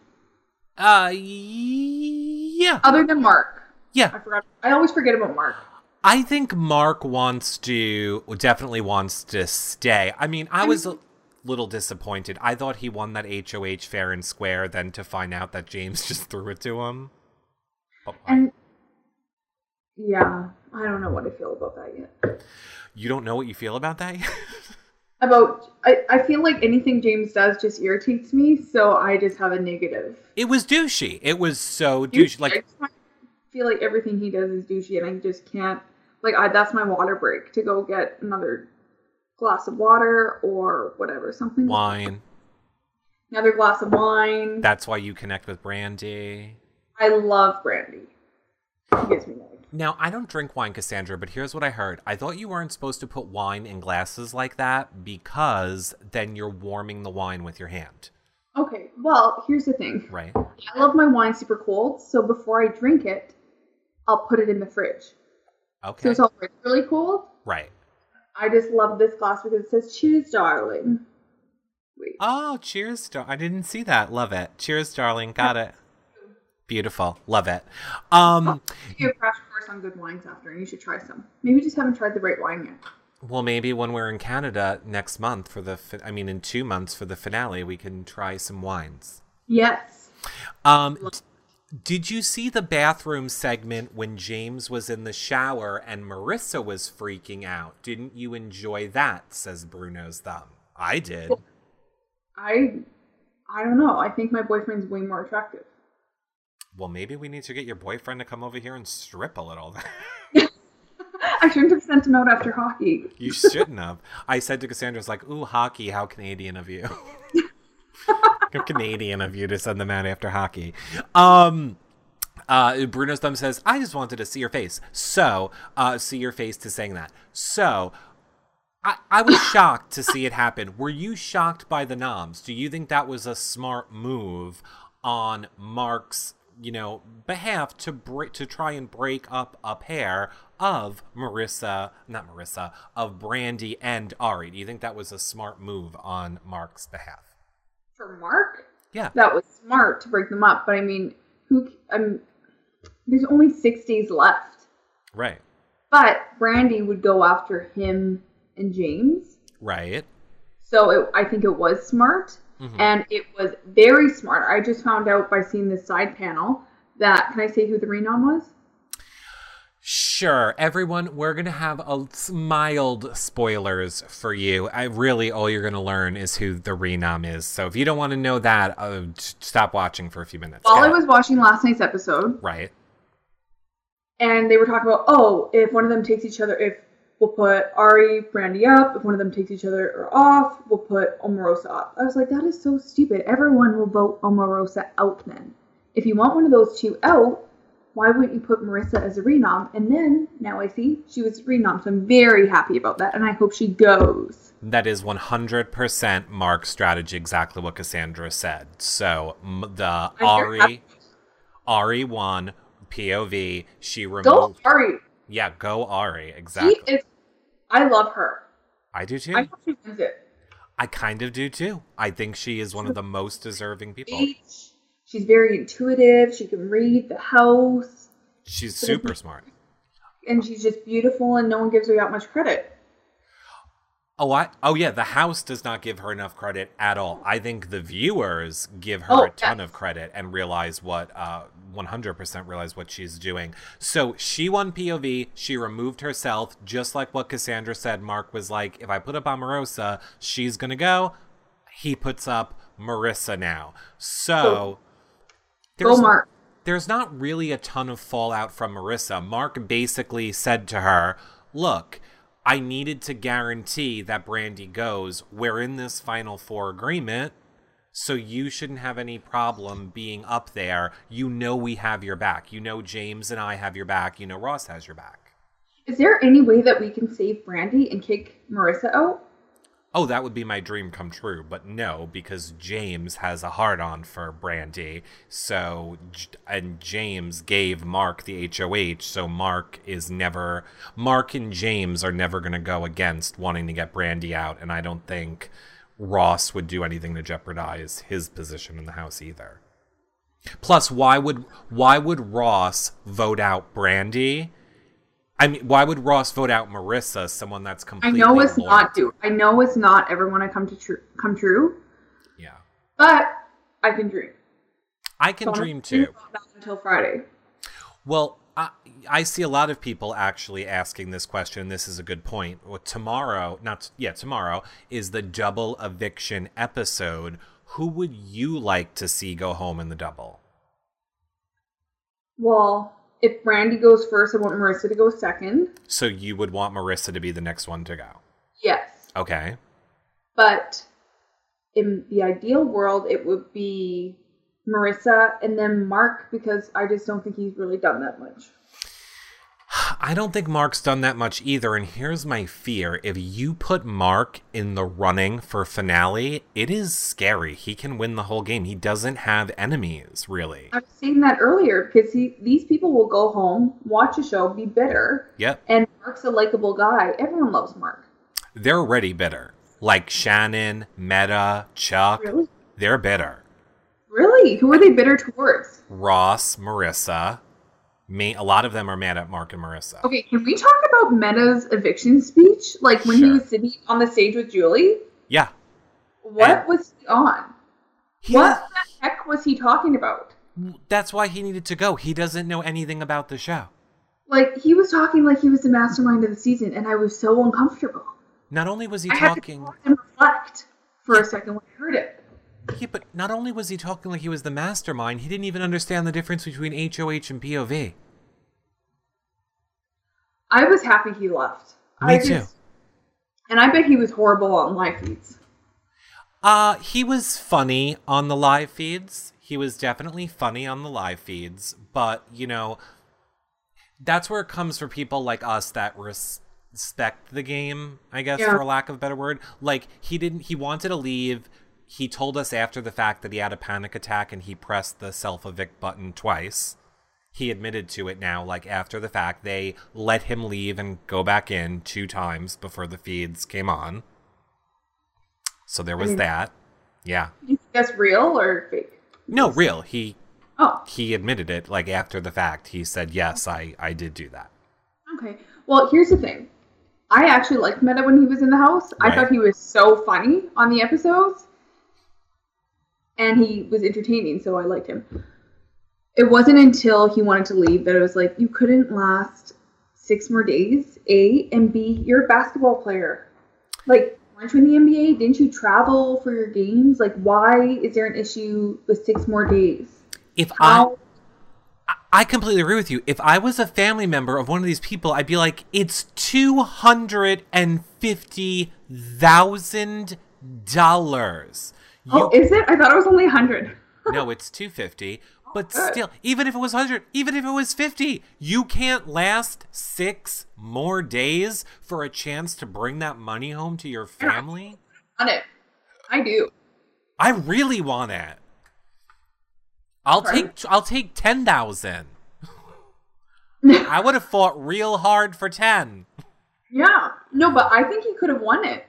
S2: Uh, yeah,
S3: Other than Mark.
S2: yeah.
S3: I forgot. I always forget about Mark.
S2: I think Mark wants to definitely wants to stay. I mean, I was a little disappointed. I thought he won that HOH fair and square, then to find out that James just threw it to him. Oh, I-
S3: And yeah, I don't know what I feel about that yet.
S2: you don't know what you feel about that?
S3: about I, I feel like anything James does just irritates me, so I just have a negative.
S2: it was douchey. It was so douchey.
S3: I
S2: Like
S3: just want- feel like everything he does is douchey, and I just can't. Like I, that's my water break to go get another glass of water or whatever, something.
S2: wine.
S3: Another glass of wine.
S2: That's why you connect with Brandy.
S3: I love brandy. It gives me life.
S2: Now, I don't drink wine, Cassandra, but here's what I heard. I thought you weren't supposed to put wine in glasses like that because then you're warming the wine with your hand,
S3: Okay, well here's the thing.
S2: right?
S3: I love my wine super cold, so before I drink it, I'll put it in the fridge. So
S2: Okay.
S3: it's all really cold.
S2: Right.
S3: I just love this glass because it says "Cheers, darling." Wait,
S2: Oh, cheers, dar- I didn't see that. Love it. Cheers, darling. Got it. Beautiful. Love it. Um,
S3: I'll give you a crash course on good wines after, and you should try some. Maybe you just haven't tried the right wine yet.
S2: well, maybe when we're in Canada next month for the, fi- I mean, in two months for the finale, we can try some wines.
S3: Yes,
S2: Um, d- did you see the bathroom segment when James was in the shower and Marissa was freaking out? Didn't you enjoy that? Says Bruno's thumb. I did.
S3: I, I don't know. I think my boyfriend's way more attractive.
S2: Well, maybe we need to get your boyfriend to come over here and strip a little.
S3: I shouldn't have sent him out after hockey.
S2: you shouldn't have. I said to Cassandra, "It's like, ooh, hockey. How Canadian of you." How Canadian of you to send them out after hockey. Um. Uh, Bruno's thumb says, "I just wanted to see your face." So, uh, see your face to saying that. So, I, I was shocked to see it happen. Were you shocked by the noms? Do you think that was a smart move on Mark's, you know, behalf to break to try and break up a pair of Marissa, not Marissa, of Brandy and Ari? Do you think that was a smart move on Mark's behalf?
S3: For Mark,
S2: Yeah,
S3: that was smart to break them up. But I mean, who? c- I'm. There's only six days left.
S2: right,
S3: But Brandy would go after him and James.
S2: right.
S3: So it, I think it was smart.
S2: Mhm.
S3: And it was very smart. I just found out by seeing this side panel that, can I say who the renom was?
S2: Sure, everyone, we're gonna have a s- mild spoilers for you. I really, all you're gonna learn is who the renom is. So if you don't want to know that, uh, t- stop watching for a few minutes.
S3: While I
S2: Yeah.
S3: was watching last night's episode,
S2: right,
S3: and they were talking about, oh, if one of them takes each other, if we'll put Ari, Brandy up, if one of them takes each other off, we'll put Omarosa up. I was like, that is so stupid. Everyone will vote Omarosa out then. If you want one of those two out, why wouldn't you put Marissa as a renom? And then, now I see, she was renom, so I'm very happy about that, and I hope she goes.
S2: that is 100% Mark's strategy, exactly what Cassandra said. So m- the
S3: sure
S2: Ari, Ari won POV. She
S3: Go
S2: removed.
S3: Ari.
S2: Yeah, go Ari.
S3: She
S2: Exactly.
S3: is. I love her.
S2: I do too.
S3: I
S2: I,
S3: hope she wins it.
S2: kind of do too. I think she is one of the most deserving people.
S3: Beach. She's very intuitive. She can read the house,
S2: She's super smart.
S3: and she's just beautiful. And no one gives her that much credit.
S2: Oh, I, oh yeah, the house does not give her enough credit at all. I think the viewers give her
S3: Oh,
S2: a ton
S3: yes.
S2: of credit and realize what uh 100% realize what she's doing. So, she won POV, she removed herself just like what Cassandra said Mark was like, if I put up Omarosa, she's going to go. He puts up Marissa now. So,
S3: Go Mark.
S2: there's not really a ton of fallout from Marissa. Mark basically said to her, Look, I needed to guarantee that Brandy goes. We're in this final four agreement, so you shouldn't have any problem being up there. You know, we have your back. You know, James and I have your back. You know, Ross has your back.
S3: Is there any way that we can save Brandy and kick Marissa out?
S2: Oh, that would be my dream come true, but no, because James has a hard on for Brandy. So, J- and James gave Mark the HOH, so Mark is never, Mark and James are never going to go against wanting to get Brandy out. And I don't think Ross would do anything to jeopardize his position in the house either. Plus, why would why would Ross vote out Brandy? I mean, why would Ross vote out Marissa, someone that's
S3: I
S2: completely
S3: know it's
S2: loyal
S3: not
S2: to-
S3: do. I know it's not ever want to come to true, come true,
S2: Yeah.
S3: but I can dream.
S2: I can
S3: So I'm
S2: dream
S3: not thinking
S2: too.
S3: about that Until Friday.
S2: Well, I, I see a lot of people actually asking this question. This is a good point. Well, tomorrow, not yeah, tomorrow is the double eviction episode. Who would you like to see go home in the double?
S3: Well, if Brandy goes first, I want Marissa to go second.
S2: So you would want Marissa to be the next one to go.
S3: Yes.
S2: Okay.
S3: But in the ideal world, it would be Marissa and then Mark because I just don't think he's really done that much.
S2: I don't think Mark's done that much either. And here's my fear if you put Mark in the running for finale, it is scary. He can win the whole game. He doesn't have enemies, really.
S3: I was saying that earlier because he, these people will go home, watch a show, be bitter,
S2: Yep.
S3: and Mark's a likable guy. Everyone loves Mark.
S2: they're already bitter. Like Shannon, Meta, Chuck,
S3: Really?
S2: they're bitter.
S3: Really? Who are they bitter towards?
S2: Ross, Marissa, me. A lot of them are mad at Mark and Marissa.
S3: Okay, can we talk about Meta's eviction speech? Like when he
S2: Sure.
S3: was sitting on the stage with Julie?
S2: Yeah.
S3: What
S2: And-
S3: was he on?
S2: He-
S3: What the heck was he talking about?
S2: That's why he needed to go. He doesn't know anything about the show.
S3: Like he was talking like he was the mastermind of the season, and I was so uncomfortable.
S2: Not only was he
S3: I had to
S2: talking,
S3: pause and reflect for a second when I heard it.
S2: Yeah, but not only was he talking like he was the mastermind, he didn't even understand the difference between HOH and POV.
S3: I was happy he left.
S2: Me
S3: I
S2: too.
S3: just- and I bet he was horrible on live feeds.
S2: Uh, he was funny on the live feeds. He was definitely funny on the live feeds, but you know, that's where it comes for people like us that res- respect the game, I guess,
S3: Yeah.
S2: for lack of a better word. Like he didn't. He wanted to leave. He told us after the fact that he had a panic attack and he pressed the self evict button twice. He admitted to it now, like after the fact. They let him leave and go back in two times before the feeds came on. So there was
S3: Mm.
S2: that. Yeah.
S3: Do you think that's real or fake?
S2: No, real. He
S3: Oh,
S2: he admitted it like after the fact. He said, "Yes, I I did do that."
S3: okay. Well, here's the thing. I actually liked Meta when he was in the house.
S2: Right.
S3: I thought he was so funny on the episodes, and he was entertaining, so I liked him. It wasn't until he wanted to leave that it was like you couldn't last six more days. A and B, you're a basketball player. Like, weren't you in the NBA? Didn't you travel for your games? Like, why is there an issue with six more days?
S2: If I
S3: How?
S2: I completely agree with you. If I was a family member of one of these people, I'd be like, "It's two hundred and fifty thousand dollars."
S3: oh, is it? I thought it was only hundred.
S2: no, it's 250. But
S3: good.
S2: still, even if it was 100, even if it was 50, you can't last six more days for a chance to bring that money home to your
S3: Yeah.
S2: family.
S3: on it. I do.
S2: I really want it. I'll
S3: Okay.
S2: take I'll take 10,000. I would have fought real hard for 10.
S3: Yeah. No, but I think he could have won it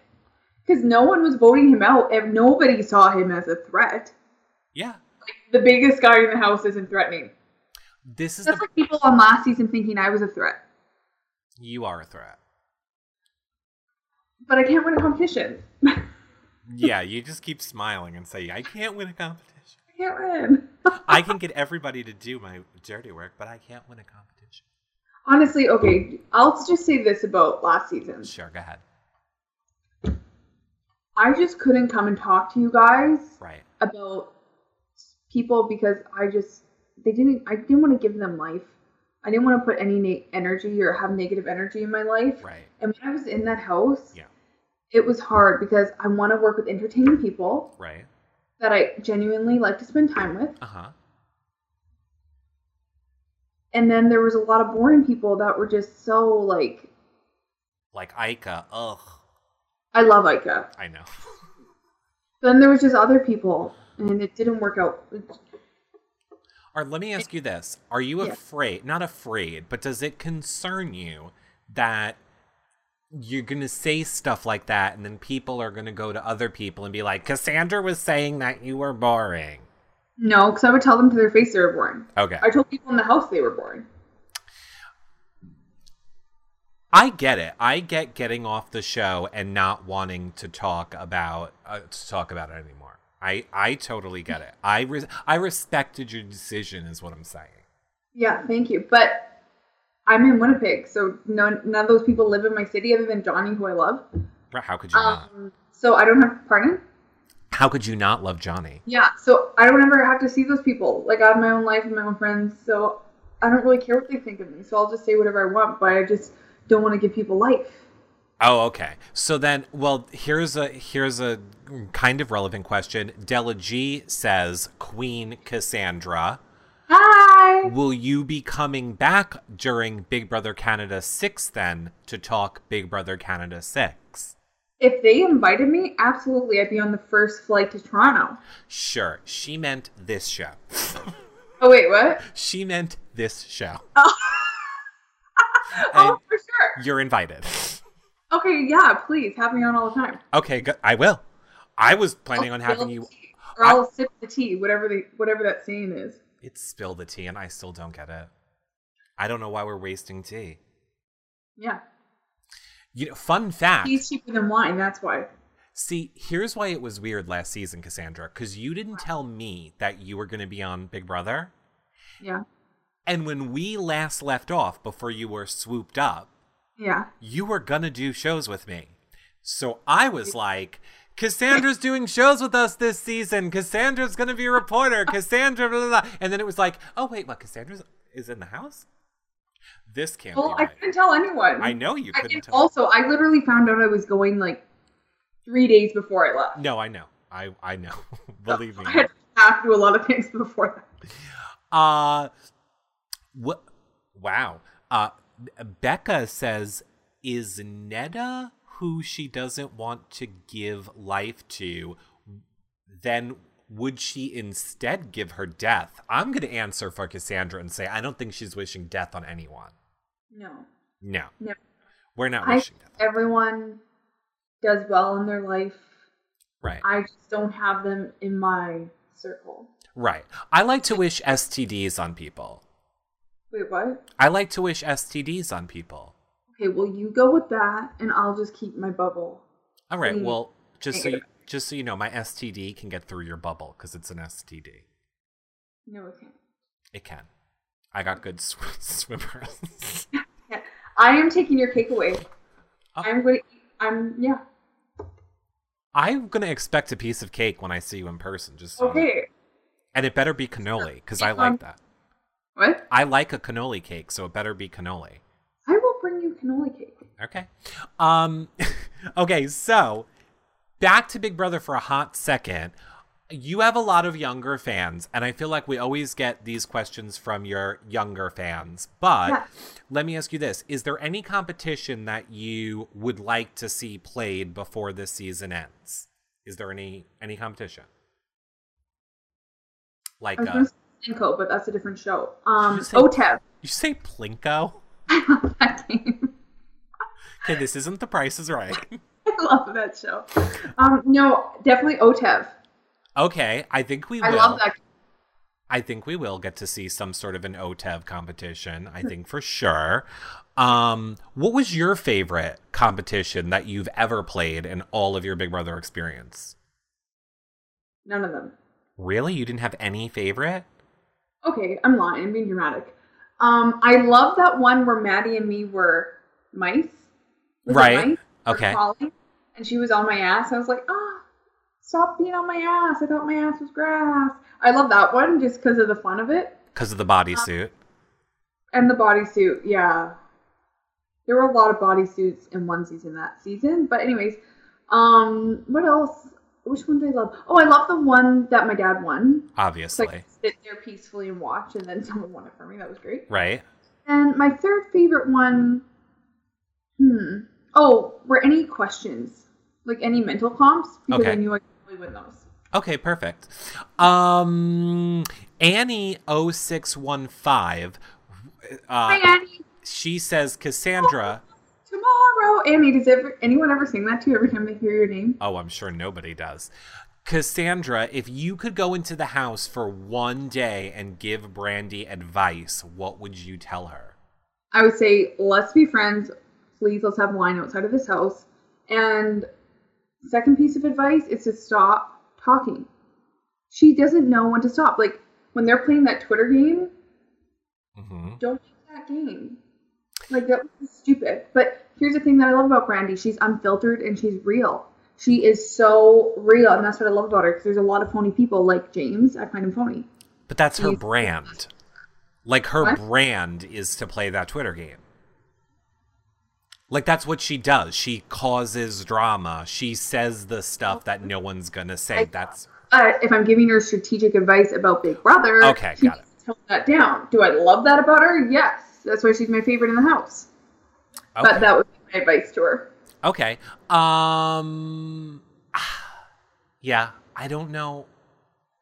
S3: because no one was voting him out. If nobody saw him as a threat,
S2: Yeah.
S3: the biggest guy in the house isn't threatening.
S2: This is
S3: That's
S2: the
S3: like people on last season thinking I was a threat,
S2: you are a threat.
S3: but I can't win a competition.
S2: Yeah, you just keep smiling and say, "I can't win a competition."
S3: I can't win.
S2: I can get everybody to do my dirty work, but I can't win a competition.
S3: Honestly, okay. I'll just say this about last season.
S2: Sure, go ahead.
S3: I just couldn't come and talk to you guys
S2: Right.
S3: about people because I just they didn't I didn't want to give them life. I didn't want to put any na- energy or have negative energy in my life.
S2: Right.
S3: And when I was in that house,
S2: Yeah.
S3: it was hard because I want to work with entertaining people
S2: Right.
S3: that I genuinely like to spend time with.
S2: Uh huh.
S3: And then there was a lot of boring people that were just so like,
S2: Like Ica. Ugh.
S3: I love Ica.
S2: I know.
S3: Then there was just other people, and it didn't work out.
S2: Or let me ask you this: Are you
S3: Yeah.
S2: afraid? Not afraid, but does it concern you that you're gonna say stuff like that, and then people are gonna go to other people and be like, "Cassandra was saying that you were boring."
S3: No, because I would tell them to their face they were boring.
S2: Okay.
S3: I told people in the house they were boring.
S2: I get it. I get getting off the show and not wanting to talk about uh, to talk about it anymore. I I totally get it. I re- I respected your decision, is what I'm saying.
S3: Yeah, thank you. But I'm in Winnipeg, so none, none of those people live in my city other than Johnny, who I love.
S2: Bro, How could you not?
S3: Um, so I don't have, pardon?
S2: How could you not love Johnny?
S3: Yeah, so I don't ever have to see those people. Like I have my own life and my own friends, so I don't really care what they think of me. So I'll just say whatever I want, but I just don't want to give people life.
S2: Oh, okay. So then, well, here's a here's a kind of relevant question. Della G says, "Queen Cassandra,
S3: Hi.
S2: will you be coming back during Big Brother Canada 6 then to talk Big Brother Canada 6?"
S3: If they invited me, absolutely, I'd be on the first flight to Toronto.
S2: Sure. She meant this show.
S3: Oh wait, what?
S2: she meant this show.
S3: oh, for sure.
S2: You're invited.
S3: Okay, yeah, please have me on all the time.
S2: okay, good. I will. I was planning on
S3: I'll spill
S2: having
S3: the
S2: you
S3: tea, or I'll sip the tea, whatever the whatever that saying is.
S2: It's spill the tea and I still don't get it. I don't know why we're wasting tea.
S3: Yeah,
S2: You know, fun fact.
S3: tea's cheaper than wine. That's why.
S2: See, here's why it was weird last season, Cassandra, because you didn't tell me that you were going to be on Big Brother.
S3: Yeah,
S2: And when we last left off before you were swooped up,
S3: yeah.
S2: you were going to do shows with me. So I was like, Cassandra's doing shows with us this season. Cassandra's going to be a reporter. Cassandra, blah, blah, blah. And then it was like, oh, wait, what? Cassandra's is in the house? This can't
S3: Well,
S2: be
S3: I
S2: right.
S3: couldn't tell anyone.
S2: I know you
S3: I-
S2: couldn't
S3: and
S2: tell.
S3: Also, I literally found out I was going like three days before I left.
S2: no, I know. I, I know. Believe me.
S3: I had to have to do a lot of things before that.
S2: Uh, what? Wow. Uh, Becca says, "Is Netta who she doesn't want to give life to? Then would she instead give her death?" I'm going to answer for Cassandra and say, "I don't think she's wishing death on anyone.
S3: No.
S2: No,
S3: No.
S2: we're not
S3: I-
S2: wishing death.
S3: Everyone does well in their life.
S2: Right,
S3: I just don't have them in my circle.
S2: right. I like to wish STDs on people.
S3: Wait, what?
S2: I like to wish STDs on people.
S3: Okay, well you go with that and I'll just keep my bubble.
S2: All right.
S3: Mm.
S2: Well, just so you,
S3: Negative.
S2: just so you know, my STD can get through your bubble because it's an STD.
S3: No, I can't.
S2: It can. I got good sw- swimmers.
S3: I am taking your cake away.
S2: Oh.
S3: I'm going to I'm yeah.
S2: I'm gonna expect a piece of cake when I see you in person. Just so you know.
S3: Okay.
S2: and it better be cannoli because I
S3: Um,
S2: like that.
S3: What?
S2: I like a cannoli cake, so it better be cannoli.
S3: I will bring you cannoli cake.
S2: Okay. Um okay, so back to Big Brother for a hot second. You have a lot of younger fans, and I feel like we always get these questions from your younger fans. But
S3: Yeah.
S2: let me ask you this Is there any competition that you would like to see played before this season ends? Is there any any competition? Like
S3: I was
S2: uh,
S3: going to say Plinko, but that's a different show. Um,
S2: Did you say-
S3: OTEV.
S2: you say Plinko?
S3: I love that game.
S2: Okay, this isn't the price is right.
S3: I love that show. Um, no, definitely OTEV.
S2: Okay, I think we
S3: I
S2: will.
S3: love that.
S2: I think we will get to see some sort of an OTEV competition. I think for sure. Um, what was your favorite competition that you've ever played in all of your Big Brother experience?
S3: None of them.
S2: Really, you didn't have any favorite?
S3: Okay, I'm lying. I'm being dramatic. Um, I love that one where Maddie and me were mice. Was it
S2: Right.
S3: mice? Or
S2: Okay,
S3: Crawling, and she was on my ass. I was like, ah, stop being on my ass. I thought my ass was grass. I love that one just because of the fun of it.
S2: because of the
S3: Um,
S2: bodysuit.
S3: And the bodysuit, yeah. There were a lot of bodysuits and onesies in that season. But anyways, um, what else? Which one do I love? Oh, I love the one that my dad won. It's
S2: Obviously,
S3: like sit there peacefully and watch, and then someone won it for me. That was great.
S2: right?
S3: And my third favorite one, hmm. Oh, were any questions like any mental comps? Because I
S2: Okay.
S3: knew I could probably win those.
S2: Okay, perfect. Um, Annie 0615
S3: Hi,
S2: uh,
S3: Annie.
S2: she says Cassandra.
S3: Tomorrow, Annie. Does ever, anyone ever sing that to you every time they hear your name?
S2: Oh, I'm sure nobody does. Cassandra, if you could go into the house for one day and give Brandy advice, what would you tell her?
S3: I would say, let's be friends. Please, let's have wine outside of this house. And second piece of advice is to stop talking. She doesn't know when to stop. Like when they're playing that Twitter game,
S2: hmm
S3: don't play that game. Like that was stupid. But here's the thing that I love about Brandy: she's unfiltered and she's real. She is so real, and that's what I love about her. Because there's a lot of phony people, like James. I find him phony.
S2: But that's her
S3: Yes.
S2: brand. Like her
S3: What?
S2: brand is to play that Twitter game. Like that's what she does. She causes drama. She says the stuff that no one's gonna say.
S3: I-
S2: That's
S3: But if I'm giving her strategic advice about Big Brother,
S2: Okay,
S3: she
S2: got it.
S3: needs to tone that down. Do I love that about her? Yes. That's why she's my favorite in the house.
S2: okay.
S3: But that would be my advice to her.
S2: Okay. Um ah, yeah, I don't know.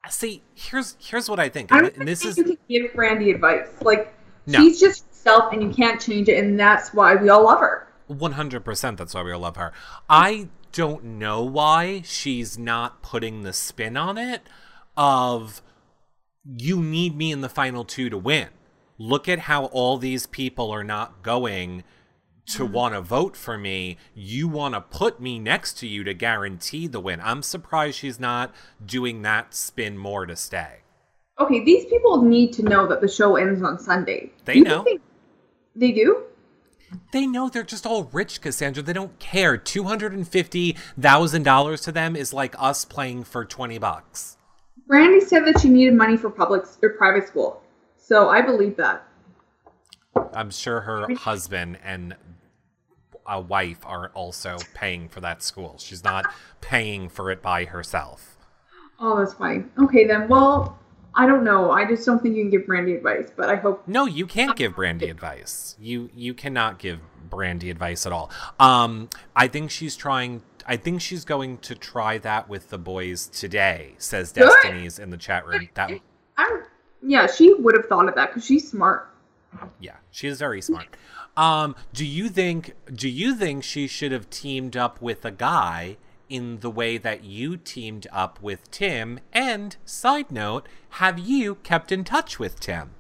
S2: See, here's here's what I think.
S3: I
S2: And
S3: don't
S2: th- this
S3: think
S2: is
S3: you can give Brandy advice. Like
S2: No.
S3: she's just herself, and you can't change it, and that's why we all love her.
S2: 100% that's why we all love her. I don't know why she's not putting the spin on it of you need me in the final 2 to win. Look at how all these people are not going to want to vote for me. You want to put me next to you to guarantee the win. I'm surprised she's not doing that spin more to stay.
S3: Okay, these people need to know that the show ends on Sunday.
S2: They
S3: Do you
S2: know.
S3: think They, they do.
S2: They know they're just all rich, Cassandra. They don't care. Two hundred and fifty thousand dollars to them is like us playing for twenty bucks.
S3: Brandy said that she needed money for public or private school, so I believe that.
S2: I'm sure her husband and a wife are also paying for that school. She's not paying for it by herself.
S3: Oh, that's funny. Okay, then. Well, I don't know. I just don't think you can give Brandy advice, but I hope.
S2: No, you can't give Brandy advice. You you cannot give Brandy advice at all. Um, I think she's trying. I think she's going to try that with the boys today. Says
S3: Good.
S2: Destinies in the chat room. That
S3: I'm, yeah, she would have thought of that because she's smart.
S2: yeah, she is very smart. Um, do you think do you think she should have teamed up with a guy in the way that you teamed up with Tim? And side note, have you kept in touch with Tim?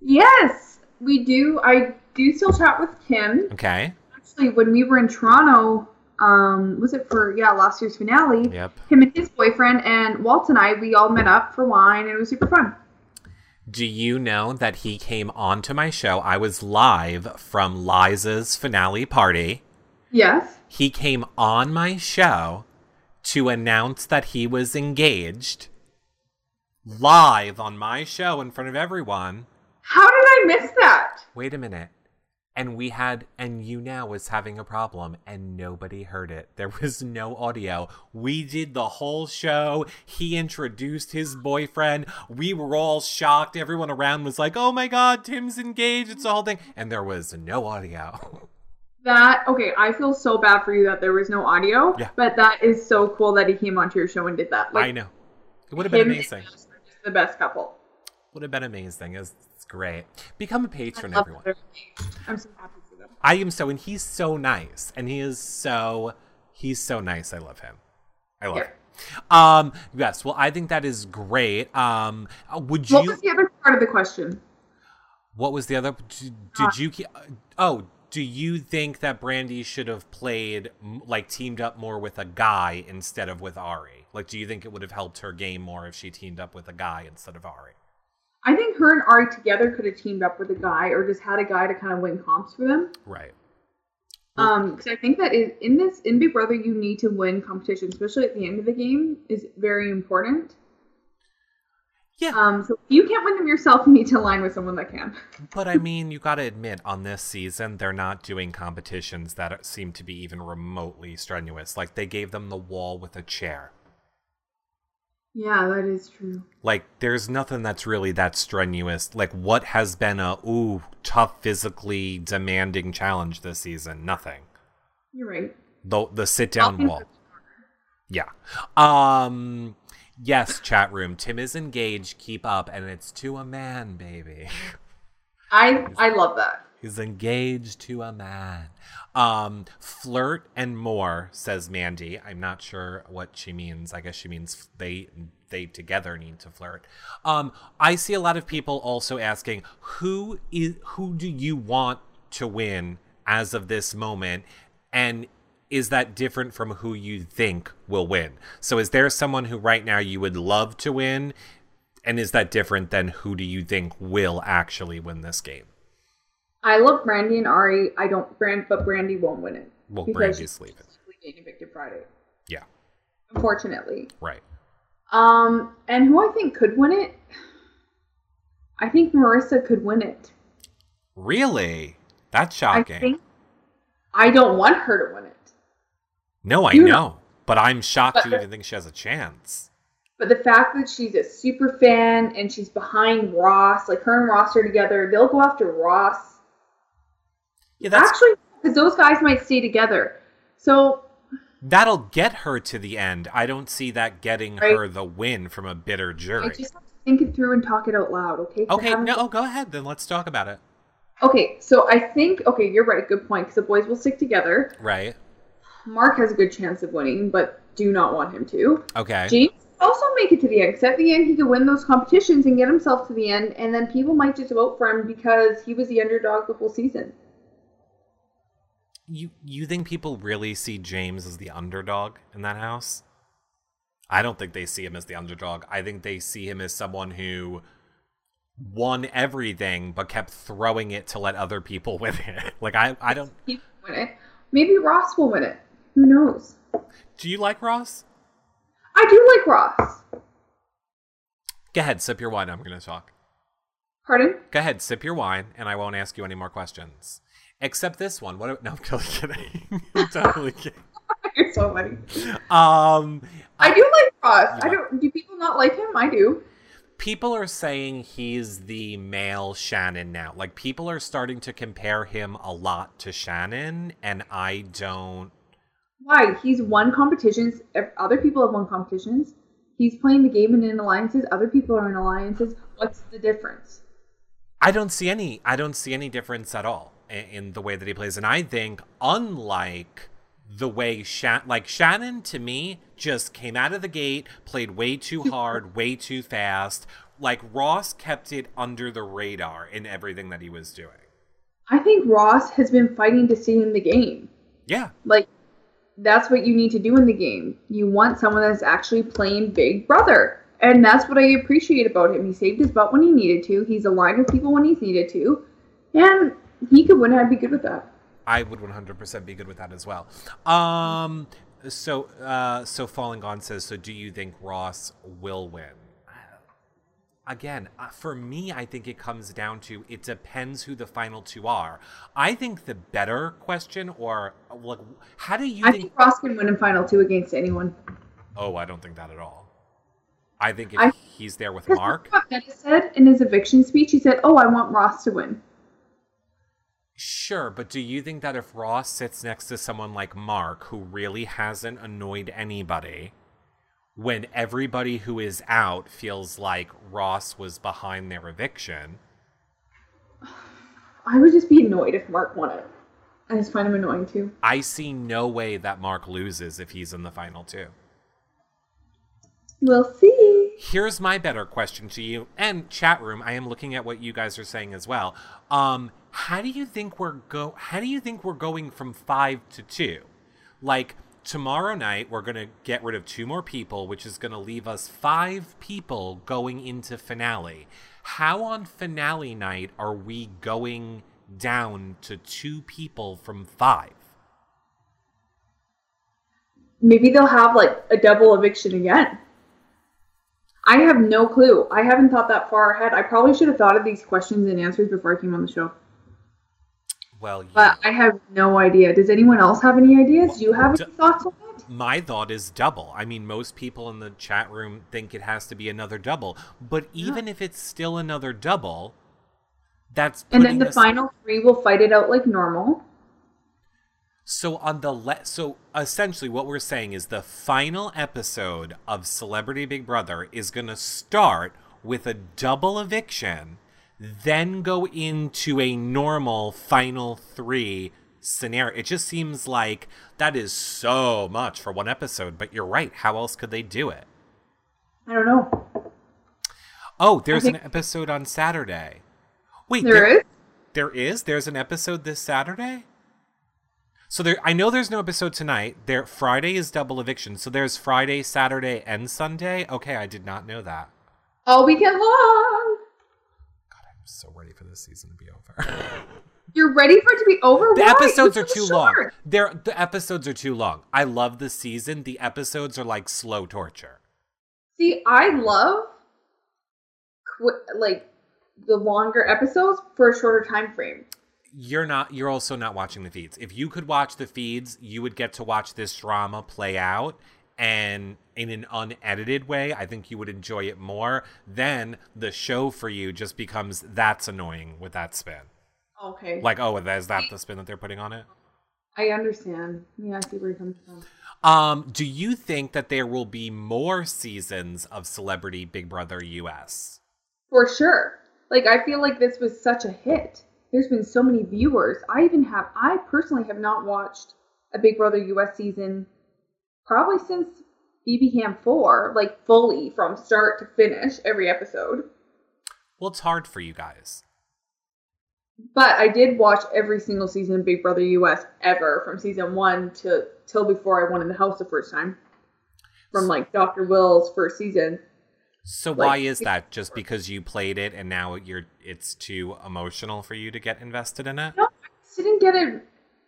S3: Yes, we do. I do still chat with Kim.
S2: Okay.
S3: Actually, when we were in Toronto, um, was it for yeah last year's finale?
S2: Yep.
S3: Him and his boyfriend and Walt and I, we all met up for wine, and it was super fun.
S2: Do you know that he came onto my show? I was live from Liza's finale party.
S3: Yes.
S2: He came on my show to announce that he was engaged live on my show in front of everyone.
S3: How did I miss that?
S2: Wait a minute. And we had, and you now was having a problem, and nobody heard it. There was no audio. We did the whole show. He introduced his boyfriend. We were all shocked. Everyone around was like, oh my God, Tim's engaged. It's the whole thing. And there was no audio.
S3: That okay, I feel so bad for you that there was no audio.
S2: Yeah.
S3: But that is so cool that he came onto your show and did that.
S2: I know. It would have been
S3: him and
S2: amazing.
S3: us are just the best couple.
S2: Would have been amazing. It's, it's great. Become a patron,
S3: I love
S2: everyone.
S3: their relationship. I'm so happy for them.
S2: I am so, and he's so nice, and he is so, he's so nice. I love him. I love
S3: Yeah.
S2: him. Um, yes. Well, I think that is great. Um, uh, would you?
S3: What was the other part of the question?
S2: what was the other? Did, did you? ke- uh, Oh, do you think that Brandy should have played m- like teamed up more with a guy instead of with Ari? Like, do you think it would have helped her game more if she teamed up with a guy instead of Ari?
S3: I think her and Ari together could have teamed up with a guy or just had a guy to kind of win comps for them.
S2: Right. Hmm.
S3: Um, because I think that in, in this in Big Brother, you need to win competition, especially at the end of the game, is very important.
S2: Yeah.
S3: Um, so if you can't win them yourself, you need to align with someone that can.
S2: But I mean, you got to admit, on this season, they're not doing competitions that seem to be even remotely strenuous. Like, they gave them the wall with a chair.
S3: Yeah, that is true.
S2: Like, there's nothing that's really that strenuous. Like, what has been a, ooh, tough, physically demanding challenge this season? Nothing.
S3: You're right.
S2: The, the sit
S3: I'll
S2: down
S3: think
S2: wall.
S3: of-
S2: Yeah. Um, yes, chat room. Tim is engaged. Keep up. And it's to a man, baby.
S3: I I love that.
S2: He's engaged to a man. Um, flirt and more, says Mandy. I'm not sure what she means. I guess she means they they together need to flirt. Um, I see a lot of people also asking who is who do you want to win as of this moment, and is that different from who you think will win? So is there someone who right now you would love to win, and is that different than who do you think will actually win this game?
S3: I love Brandy and Ari. I don't Brand, but Brandy won't win it.
S2: Well,
S3: because
S2: Brandy's
S3: she's
S2: leaving.
S3: basically Getting evicted Friday,
S2: Yeah,
S3: unfortunately.
S2: right.
S3: Um, and who I think could win it? I think Marissa could win it.
S2: Really? That's
S3: I
S2: shocking.
S3: think I don't want her to win it.
S2: no, I
S3: you
S2: know,
S3: know-
S2: but I'm shocked
S3: But
S2: you
S3: her-
S2: even think she has a chance.
S3: But the fact that she's a super fan and she's behind Ross, like her and Ross are together, they'll go after Ross.
S2: Yeah, that's
S3: Actually, because those guys might stay together. So
S2: that'll get her to the end. I don't see that getting
S3: Right.
S2: her the win from a bitter
S3: I
S2: jury.
S3: just have to think it through and talk it out loud, okay? 'Cause I
S2: Okay,
S3: haven't-
S2: no, go ahead then. Let's talk about it.
S3: Okay, so I think okay, you're right. Good point. Because the boys will stick together.
S2: Right?
S3: Mark has a good chance of winning, but do not want him to.
S2: Okay.
S3: James also make it to the end. 'cause at the end, he could win those competitions and get himself to the end, and then people might just vote for him because he was the underdog the whole season.
S2: you you think people really see James as the underdog in that house? I don't think they see him as the underdog. I think they see him as someone who won everything but kept throwing it to let other people win it. Like I, I don't.
S3: He win it. Maybe Ross will win it. Who knows?
S2: Do you like Ross?
S3: I do like Ross.
S2: Go ahead, sip your wine. I'm going to talk.
S3: Pardon?
S2: Go ahead, sip your wine, and I won't ask you any more questions. Except this one. What? No, I'm totally kidding. I'm totally kidding.
S3: You're so funny.
S2: Um,
S3: I do like Ross. I
S2: like-
S3: don't. Do people not like him? I do.
S2: people are saying he's the male Shannon now. Like people are starting to compare him a lot to Shannon, and I don't.
S3: Why? He's won competitions. ev- Other people have won competitions. He's playing the game and in alliances. Other people are in alliances. What's the difference?
S2: I don't see any. I don't see any difference at all in, in the way that he plays, and I think unlike the way Shan, like Shannon to me just came out of the gate, played way too hard, way too fast. Like Ross kept it under the radar in everything that he was doing.
S3: I think Ross has been fighting to stay in the game.
S2: Yeah,
S3: Like, that's what you need to do in the game. You want someone that's actually playing Big Brother. And that's what I appreciate about him. He saved his butt when he needed to. He's aligned with people when he's needed to. And he could win. I'd be good with that.
S2: I would 100% be good with that as well. Um, so, uh, so Falling On says, so do you think Ross will win? Again, uh, for me, I think it comes down to it depends who the final two are. I think the better question, or uh, like, how do you
S3: I
S2: think?
S3: think Ross can win in final two against anyone.
S2: Oh, I don't think that at all. I think if
S3: I-
S2: he's there with
S3: 'Cause
S2: Mark,
S3: What Meta said in his eviction speech, he said, "Oh, I want Ross to win."
S2: Sure, but do you think that if Ross sits next to someone like Mark, who really hasn't annoyed anybody, when everybody who is out feels like Ross was behind their eviction?
S3: I would just be annoyed if Mark won it. I just find him annoying too.
S2: I see no way that Mark loses if he's in the final two.
S3: We'll see.
S2: Here's my better question to you and chat room. I am looking at what you guys are saying as well. Um, how do you think we're go? How do you think we're going from five to two? Like tomorrow night, we're gonna get rid of two more people, which is gonna leave us five people going into finale. How on finale night are we going down to two people from five?
S3: Maybe they'll have like a double eviction again. I have no clue. I haven't thought that far ahead. I probably should have thought of these questions and answers before I came on the show,
S2: Well, you
S3: but I have no idea. Does anyone else have any ideas? Do you have
S2: D-
S3: any thoughts on it?
S2: my thought is double. I mean, most people in the chat room think it has to be another double, but even if it's still another double, that's
S3: And then
S2: putting
S3: the
S2: us-
S3: final three will fight it out like normal.
S2: So on the le- so essentially what we're saying is the final episode of Celebrity Big Brother is going to start with a double eviction, then go into a normal final 3 scenario. It just seems like that is so much for one episode, but you're right. How else could they do it?
S3: I don't know.
S2: Oh, there's
S3: think-
S2: an episode on Saturday. Wait,
S3: There is.
S2: There is. There's an episode this Saturday. So there, I know there's no episode tonight. There, Friday is double eviction. So there's Friday, Saturday, and Sunday. Okay, I did not know that.
S3: all weekend long.
S2: I'm so ready for this season to be over.
S3: You're ready for it to be over.
S2: the
S3: Why?
S2: episodes are
S3: It's so
S2: too long.
S3: short.
S2: They're, the episodes are too long. I love this season. The episodes are like slow torture.
S3: See, I love qu- like the longer episodes for a shorter time frame.
S2: you're not you're also not watching the feeds if you could watch the feeds you would get to watch this drama play out and in an unedited way i think you would enjoy it more then the show for you just becomes that's annoying with that spin
S3: Okay,
S2: like oh is that the spin that they're putting on it
S3: I understand. Yeah, I see where it comes from.
S2: um do you think that there will be more seasons of celebrity big brother us
S3: For sure. Like I feel like this was such a hit. There's been so many viewers. I even have. I personally have not watched a Big Brother US season probably since BB Ham Four, like fully from start to finish every episode.
S2: well it's hard for you guys
S3: But I did watch every single season of Big Brother US ever from season one to till before I won in the house the first time. From like Dr. Will's first season.
S2: So
S3: Like-
S2: why is that? Just because you played it and now you're it's too emotional for you to get invested in it?
S3: didn't get it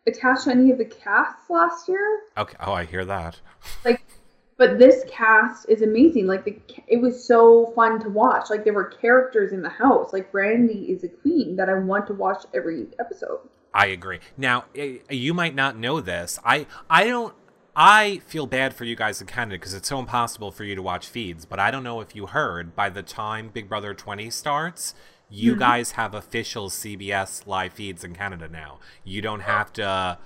S3: attached to any of the casts last year,
S2: Okay. Oh, I hear that.
S3: but this cast is amazing. Like the ca- it was so fun to watch. Like there were characters in the house. Like Brandy is a queen that I want to watch every episode.
S2: I agree. Now, i- you might not know this. I I don't I feel bad for you guys in Canada because it's so impossible for you to watch feeds, but I don't know if you heard by the time Big Brother 20 starts, you
S3: Mhm.
S2: guys have official CBS live feeds in Canada now. You don't have to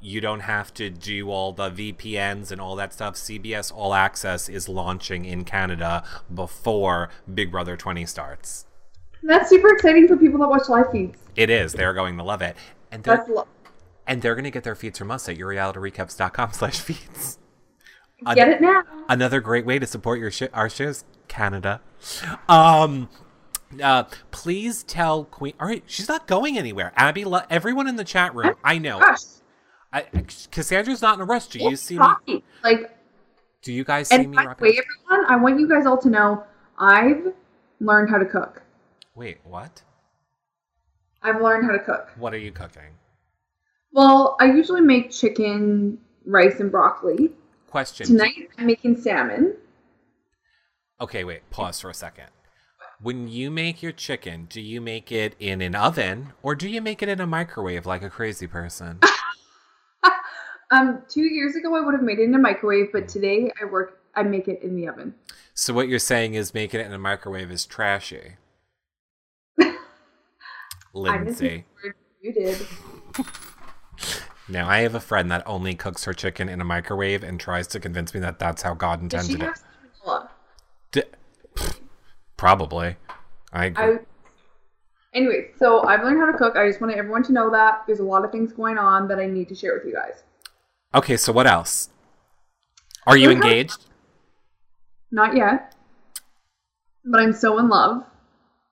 S2: you don't have to do all the VPNs and all that stuff. CBS All Access is launching in Canada before Big Brother 20 starts.
S3: That's super exciting for people that watch live feeds.
S2: It is. They're going to love it. And they're
S3: That's lo-
S2: and they're going to get their feeds from us at yourrealityrecaps.com slash feeds. An-
S3: get it now.
S2: Another great way to support your sh- our shows, Canada. Um, uh, please tell Queen. All right, she's not going anywhere. Abby, lo- everyone in the chat room, I know.
S3: Gosh,
S2: I, Cassandra's not in a rush. Do you
S1: It's
S2: see me?
S1: coffee.
S3: like
S2: Do you guys see
S3: and
S2: me?
S3: by the
S2: rocking-
S3: way, everyone, I want you guys all to know I've learned how to cook.
S2: Wait, what?
S3: I've learned how to cook.
S2: What are you cooking?
S3: Well, I usually make chicken, rice, and broccoli.
S2: Question.
S3: Tonight I'm making salmon.
S2: Okay, wait. Pause for a second. When you make your chicken, do you make it in an oven or do you make it in a microwave like a crazy person?
S3: Um, two years ago I would have made it in a microwave, but today I work. I make it in the oven.
S2: So what you're saying is making it in a microwave is trashy.
S3: I just
S2: Lindsay.
S3: You did.
S2: Now I have a friend that only cooks her chicken in a microwave and tries to convince me that that's how God
S3: Does she
S2: intended it.
S3: have salmonella?
S2: D- pfft, Probably. I agree.
S3: I. Anyway, so I've learned how to cook. I just wanted everyone to know that there's a lot of things going on that I need to share with you guys. Oh.
S2: Okay, so what else? Are you
S3: We're having-
S2: engaged?
S3: Not yet. But I'm so in love.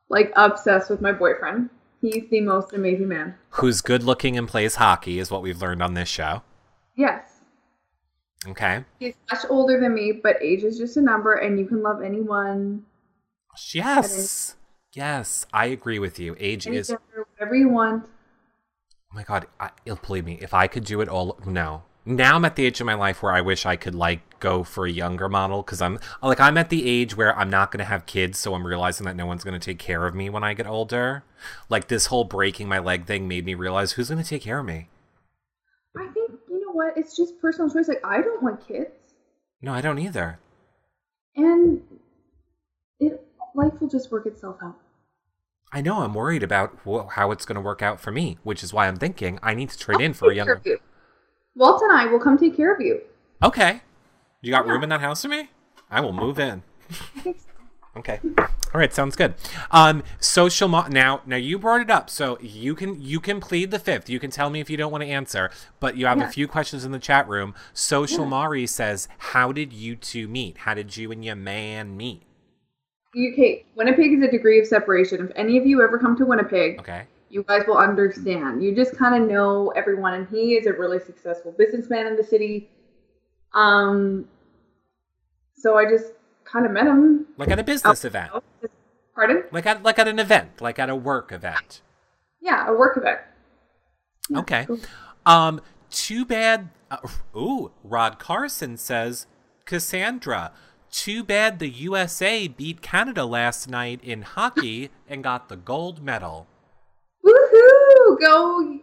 S3: Like obsessed with my boyfriend. He's the most amazing man.
S2: Who's good looking and plays hockey is what we've learned on this show.
S3: Yes.
S2: Okay.
S3: He's much older than me, but age is just a number and you can love anyone,
S2: Yes. Yes, I agree with you. Age
S3: any
S2: is
S3: gender, whatever you want.
S2: Oh my god, I, you'll believe me. If I could do it all, no. Now I'm at the age of my life where I wish I could like go for a younger model because I'm like I'm at the age where I'm not gonna have kids, so I'm realizing that no one's gonna take care of me when I get older. Like this whole breaking my leg thing made me realize who's gonna take care of me.
S3: I think you know what, it's just personal choice. Like I don't want kids.
S2: No, I don't either.
S3: And it life will just work itself out.
S2: I know I'm worried about wh- how it's gonna work out for me, which is why I'm thinking I need to trade in for a
S3: Take care
S2: younger.
S3: of you. Walt and I will come take care of you.
S2: Okay, you got room in that house for me? I will move in.
S3: I think so.
S2: Okay. All right, sounds good. Um, social mo- now now you brought it up, so you can you can plead the fifth. You can tell me if you don't want to answer, but you have
S3: Yeah.
S2: a few questions in the chat room. Social
S3: Yeah.
S2: Mari says, "How did you two meet? How did you and your man meet?"
S3: UK Winnipeg is a degree of separation. If any of you ever come to Winnipeg,
S2: Okay.
S3: you guys will understand. You just kind of know everyone, and he is a really successful businessman in the city. Um, so I just kind of met him.
S2: Like at a business event.
S3: Oh, just- Pardon?
S2: Like at like at an event, like at a work event.
S3: Yeah, a work event.
S2: Okay.
S3: cool.
S2: Um, too bad. Uh, ooh, Rod Carson says, Cassandra, too bad the USA beat Canada last night in hockey and got the gold medal.
S3: Woohoo! Go.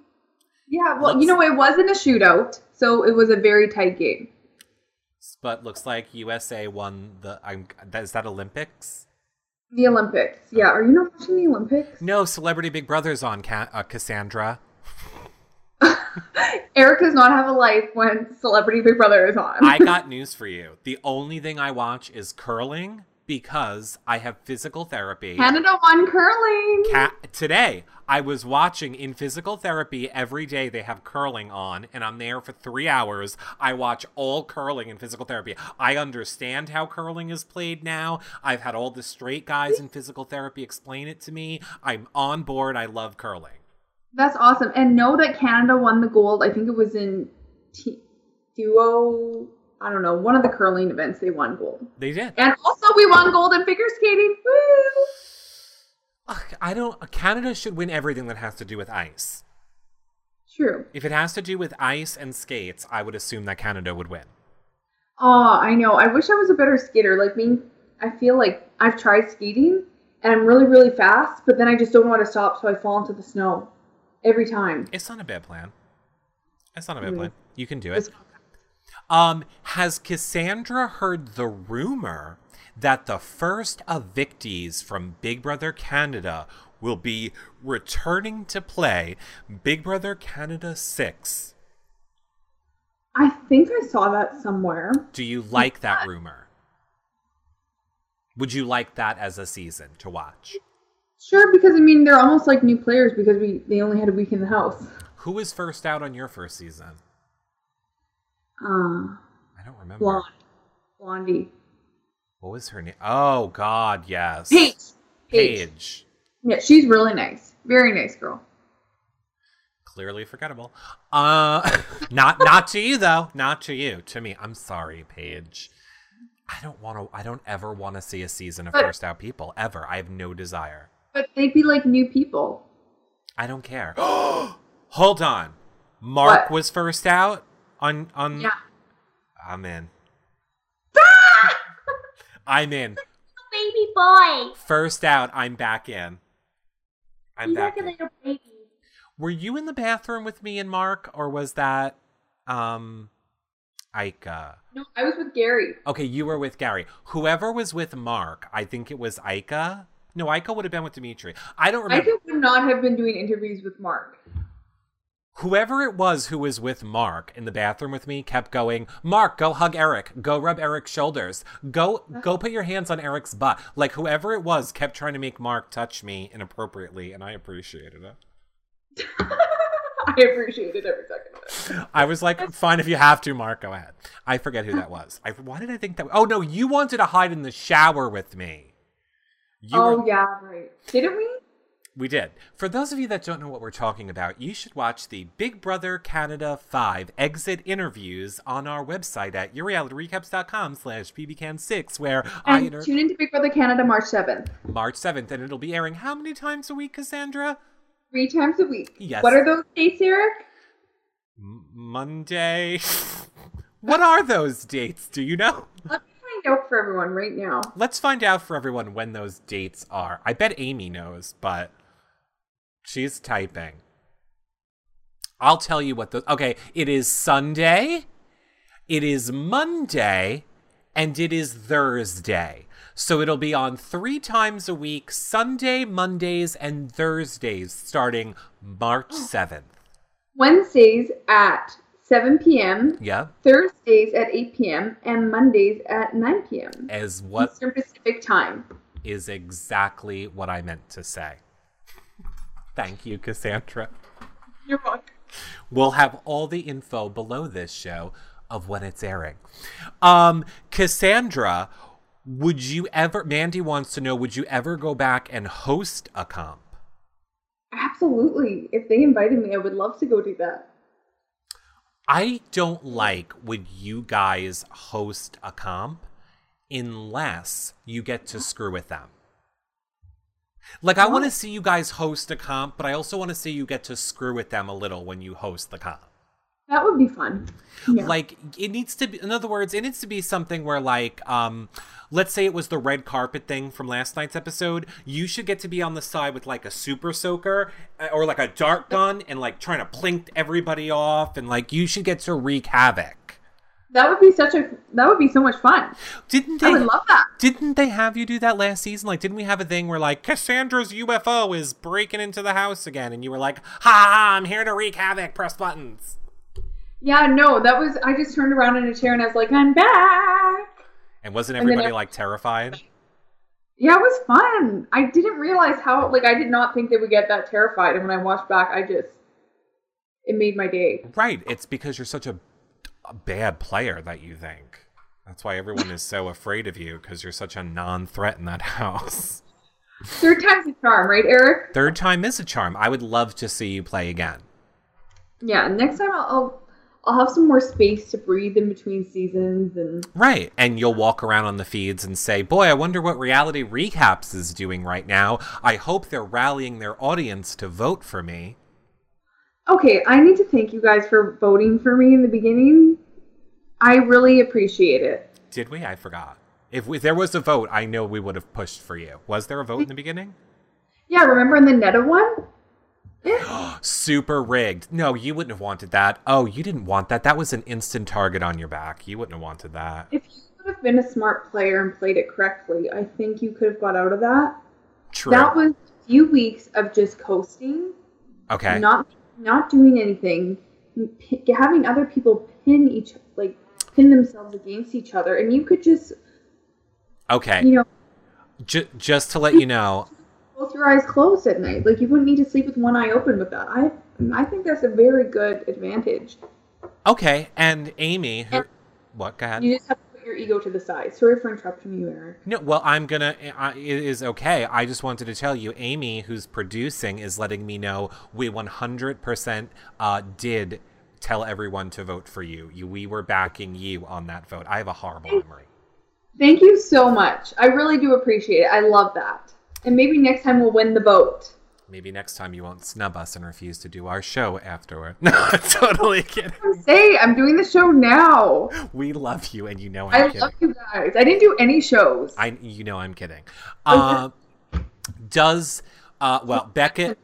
S3: Yeah. Well,
S2: Let's-
S3: you know, it wasn't a shootout, so it was a very tight game.
S2: But looks like USA won the. I'm, that, is that Olympics?
S3: The Olympics. Yeah. Are you not watching the Olympics?
S2: No, Celebrity Big Brother's on Ca- uh, Cassandra.
S3: Eric does not have a life when Celebrity Big Brother is on.
S2: I got news for you. The only thing I watch is curling because I have physical therapy.
S3: Canada won curling.
S2: Ca today I was watching in physical therapy every day they have curling on and I'm there for 3 hours. I watch all curling in physical therapy. I understand how curling is played now. I've had all the straight guys in physical therapy explain it to me. I'm on board. I love curling.
S3: That's awesome. And know that Canada won the gold. I think it was in t- duo I don't know, one of the curling events, they won gold.
S2: They did.
S3: And also, we won gold in figure skating. Woo!
S2: Ugh, I don't. Canada should win everything that has to do with ice.
S3: True.
S2: If it has to do with ice and skates, I would assume that Canada would win.
S3: Oh, I know. I wish I was a better skater. Like me, I feel like I've tried skating and I'm really, really fast, but then I just don't know how to stop, so I fall into the snow every time.
S2: It's not a bad plan. It's not a bad
S3: Mm.
S2: plan. You can do
S3: It's
S2: it. Um, has Cassandra heard the rumor that the first evictees from Big Brother Canada will be returning to play Big Brother Canada 6?
S3: I think I saw that somewhere.
S2: Do you like that rumor? Would you like that as a season to watch?
S3: Sure, because I mean they're almost like new players because we they only had a week in the house.
S2: Who was first out on your first season?
S3: Uh,
S2: I don't remember.
S3: blonde, blondie,
S2: What was her name? Oh God, yes.
S3: Paige. Paige.
S2: Paige.
S3: Yeah, she's really nice. Very nice girl.
S2: Clearly forgettable. Uh not not to you though. Not to you. To me. I'm sorry, Paige. I don't want to I don't ever want to see a season of
S3: But-
S2: first out people ever. I have no desire.
S3: But they'd be like new people.
S2: I don't care. Hold on. Mark
S3: What?
S2: was first out on on
S3: Yeah.
S2: I'm in. I'm in.
S4: baby boy.
S2: First out, I'm back in. I'm
S4: He's like
S2: back
S4: a
S2: in.
S4: little baby.
S2: Were you in the bathroom with me and Mark, or was that um uh, Ica?
S3: No, I was with Gary.
S2: Okay, you were with Gary. Whoever was with Mark, I think it was Ica. No, Ica would have been with Dimitri. I don't
S3: I
S2: remember.
S3: could would not have been doing interviews with Mark.
S2: Whoever it was who was with Mark in the bathroom with me kept going, Mark, go hug Eric. Go rub Eric's shoulders. Go go put your hands on Eric's butt. Like whoever it was kept trying to make Mark touch me inappropriately, and I appreciated it.
S3: I appreciated every second of it.
S2: I was like, fine, if you have to, Mark, go ahead. I forget who that was. I, why did I think that? Oh, no, you wanted to hide in the shower with me. You
S3: oh
S2: were-
S3: yeah, right. Didn't we?
S2: We did. For those of you that don't know what we're talking about, you should watch the Big Brother Canada 5 exit interviews on our website at yourrealityrecaps.com slash bbcan6, where I
S3: And
S2: inter-
S3: tune into Big Brother Canada March seventh,
S2: March 7th, and it'll be airing how many times a week, Cassandra?
S3: three times a week.
S2: Yes.
S3: What are those dates, Eric?
S2: M- Monday. what are those dates? Do you know?
S3: Let me find out for everyone right now.
S2: Let's find out for everyone when those dates are. I bet Amy knows, but she's typing. I'll tell you what the Okay, it is Sunday, it is Monday, and it is Thursday. So it'll be on 3 times a week, Sunday, Mondays, and Thursdays starting March 7th.
S3: Wednesdays at seven p.m.
S2: Yeah.
S3: Thursdays at 8 p.m. and Mondays at 9 p.m.
S2: As what
S3: Eastern Pacific time.
S2: is exactly what I meant to say. Thank you, Cassandra.
S3: You're welcome.
S2: We'll have all the info below this show of when it's airing. Um, Cassandra, would you ever? Mandy wants to know: Would you ever go back and host a comp?
S3: Absolutely. If they invited me, I would love to go do that.
S2: I don't like when you guys host a comp unless you get to screw with them. Like, I want to see you guys host a comp, but I also want to see you get to screw with them a little when you host the comp.
S3: That would be fun. Yeah.
S2: like it needs to be in other words it needs to be something where like um let's say it was the red carpet thing from last night's episode you should get to be on the side with like a super soaker uh, or like a dart gun and like trying to plink everybody off and like you should get to wreak havoc
S3: that would be such a that would be so much fun.
S2: didn't
S3: I
S2: they
S3: would love that.
S2: didn't they have you do that last season like didn't we have a thing where like cassandra's ufo is breaking into the house again and you were like ha ha, ha i'm here to wreak havoc press buttons
S3: Yeah, no, that was I just turned around in a chair and I was like, I'm back.
S2: and wasn't
S3: And then
S2: everybody
S3: I-
S2: like terrified
S3: Yeah, it was fun. I didn't realize how like I did not think they would get that terrified and when I watched back I just it made my day.
S2: Right. It's because you're such a, a bad player that you think. That's why everyone is so afraid of you because you're such a non threat in that house.
S3: Third time's a charm, right, Eric?
S2: Third time is a charm. I would love to see you play again.
S3: Yeah, next time I'll I'll, I'll have some more space to breathe in between seasons and
S2: Right. And you'll walk around on the feeds and say, Boy, I wonder what reality recaps is doing right now. I hope they're rallying their audience to vote for me.
S3: Okay, I need to thank you guys for voting for me in the beginning. I really appreciate it.
S2: Did we? I forgot. If, we, if there was a vote, I know we would have pushed for you. Was there a vote in the beginning?
S3: Yeah, remember in the Netta one? Yeah.
S2: Super rigged. No, you wouldn't have wanted that. Oh, you didn't want that. That was an instant target on your back. You wouldn't have wanted that.
S3: If you would have been a smart player and played it correctly, I think you could have got out of that.
S2: True.
S3: That was a few weeks of just coasting,
S2: okay.
S3: not not doing anything, p- having other people pin each like pin themselves against each other, and you could just
S2: okay.
S3: you know
S2: Ju- just to let you know,
S3: both your eyes closed at night. Like you wouldn't need to sleep with one eye open with that. I I think that's a very good advantage.
S2: okay. And Amy, who,
S3: And-
S2: what? Go ahead.
S3: You just have to put your ego to the side. Sorry for interrupting you, Eric.
S2: No, well, I'm gonna. I, it is okay. I just wanted to tell you, Amy, who's producing, is letting me know we 100% uh, did tell everyone to vote for you. you. We were backing you on that vote. I have a horrible memory.
S3: Thank you so much. I really do appreciate it. I love that. And maybe next time we'll win the vote.
S2: Maybe next time you won't snub us and refuse to do our show afterward. No, I'm totally kidding.
S3: Say, I'm doing the show now.
S2: We love you, and you know I'm
S3: I
S2: kidding.
S3: love you guys. I didn't do any shows.
S2: I, you know, I'm kidding. Uh, does uh, well, Becca.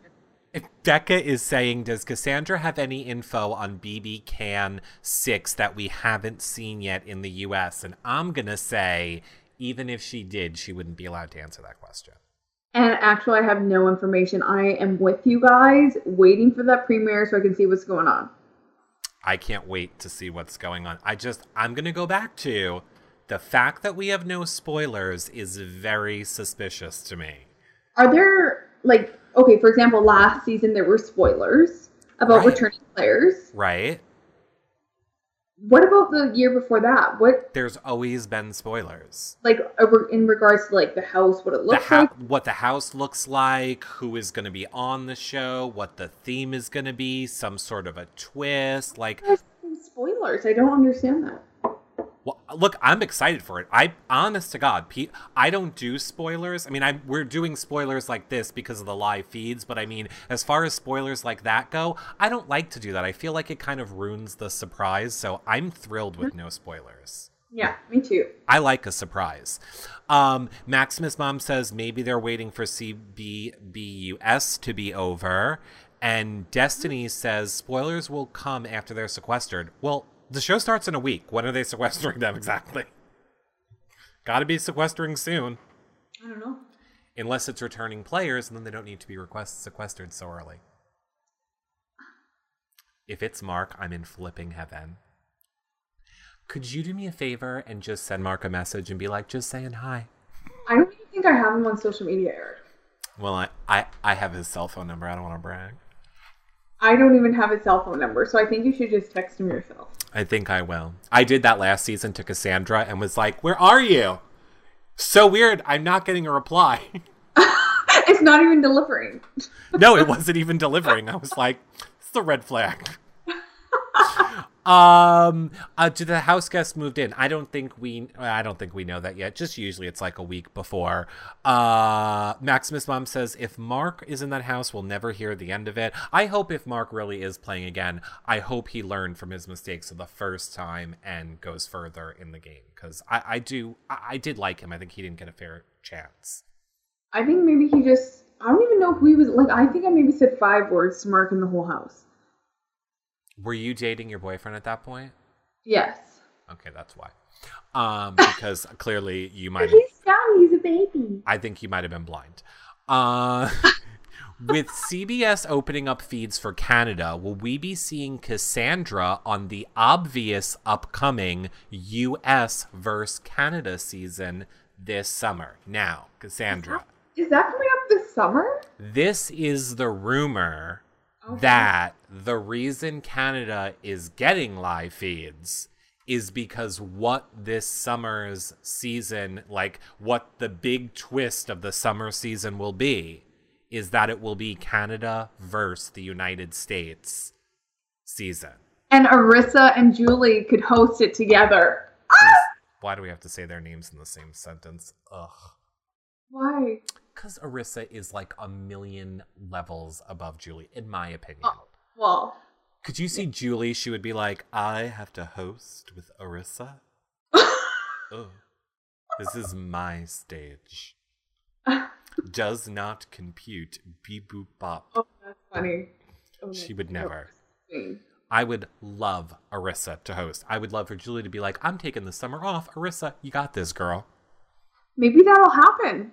S2: Becca is saying, does Cassandra have any info on BB Can Six that we haven't seen yet in the U.S.? And I'm gonna say, even if she did, she wouldn't be allowed to answer that question.
S3: and actually, I have no information. I am with you guys, waiting for that premiere so I can see what's going on.
S2: I can't wait to see what's going on. I just, I'm gonna go back to the fact that we have no spoilers is very suspicious to me.
S3: Are there like okay? For example, last season there were spoilers about
S2: Right.
S3: returning players.
S2: Right?
S3: What about the year before that? What
S2: There's always been spoilers.
S3: like over- in regards to like the house, what it
S2: the
S3: looks
S2: hou-
S3: like?
S2: what the house looks like, who is going to be on the show, what the theme is going to be, some sort of a twist. Like,
S3: Spoilers. I don't understand that.
S2: well, look, I'm excited for it. I, honest to God, Pete, I don't do spoilers. I mean, I we're doing spoilers like this because of the live feeds, but I mean, as far as spoilers like that go, I don't like to do that. I feel like it kind of ruins the surprise. So I'm thrilled with no spoilers.
S3: Yeah, me too.
S2: I like a surprise. Um, Maximus mom says maybe they're waiting for CBBUS to be over. And Destiny says spoilers will come after they're sequestered. Well, the show starts in a week. When are they sequestering them exactly? Gotta be sequestering soon.
S3: I don't know.
S2: Unless it's returning players, and then they don't need to be request- sequestered so early. If it's Mark, I'm in flipping heaven. Could you do me a favor and just send Mark a message and be like, just saying hi?
S3: I don't even think I have him on social media, Eric.
S2: Well, I, I, I have his cell phone number. I don't want to brag.
S3: I don't even have his cell phone number, so I think you should just text him yourself.
S2: I think I will. I did that last season to Cassandra and was like, where are you? So weird. I'm not getting a reply.
S3: it's not even delivering.
S2: no, it wasn't even delivering. I was like, it's the red flag. um uh did the house guests moved in i don't think we i don't think we know that yet just usually it's like a week before uh maximus mom says if mark is in that house we'll never hear the end of it i hope if mark really is playing again i hope he learned from his mistakes of the first time and goes further in the game because i i do I, I did like him i think he didn't get a fair chance
S3: I think maybe he just. I don't even know if we was like. I think I maybe said five words to Mark in the whole house.
S2: were you dating your boyfriend at that point
S3: Yes.
S2: Okay, that's why. Um, because clearly you might. Have,
S4: He's young. He's a baby.
S2: I think you might have been blind. Uh, with CBS opening up feeds for Canada, will we be seeing Cassandra on the obvious upcoming U.S. versus Canada season this summer? Now, Cassandra,
S3: Is that coming up this summer?
S2: this is the rumor
S3: Okay.
S2: that the reason Canada is getting live feeds is because what this summer's season, like what the big twist of the summer season will be, is that it will be Canada versus the United States season.
S3: and Arissa and Julie could host it together.
S2: Please, Why do we have to say their names in the same sentence? Ugh.
S3: Why?
S2: Because Arissa is like a million levels above Julie, in my opinion.
S3: Oh, well,
S2: Could you see Julie? She would be like, I have to host with Arissa. Ugh. This is my stage. Does not compute. Beep boop bop.
S3: oh, that's funny. Oh, no.
S2: She would never.
S3: Thing.
S2: I would love Arissa to host. I would love for Julie to be like, I'm taking the summer off. Arissa, you got this, girl.
S3: Maybe that'll happen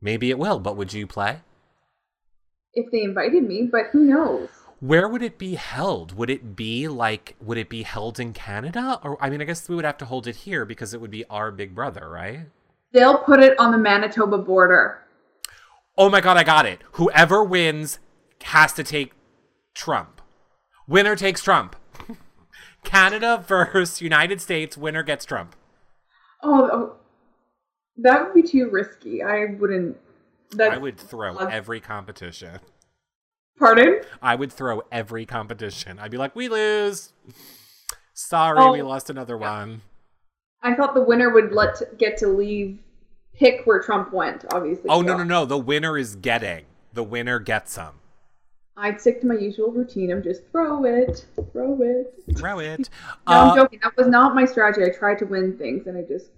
S2: Maybe it will, but would you play?
S3: if they invited me, but who knows?
S2: Where would it be held? Would it be like, would it be held in Canada? Or, I mean, I guess we would have to hold it here because it would be our big brother, right?
S3: They'll put it on the Manitoba border.
S2: Oh my God, I got it. Whoever wins has to take Trump. Winner takes Trump. Canada versus United States, winner gets Trump.
S3: Oh, oh, that would be too risky. I wouldn't. That
S2: I would throw every competition.
S3: Pardon?
S2: I would throw every competition. I'd be like, we lose. Sorry, we
S3: Oh.
S2: lost another one.
S3: I thought the winner would let get to leave, pick where Trump went. Obviously.
S2: Oh, no,
S3: so.
S2: no, no. The winner is getting. The winner gets some.
S3: I'd stick to my usual routine of just throw it, throw it. No,
S2: Throw it.
S3: I'm
S2: Uh,
S3: joking. That was not my strategy. I tried to win things, and I just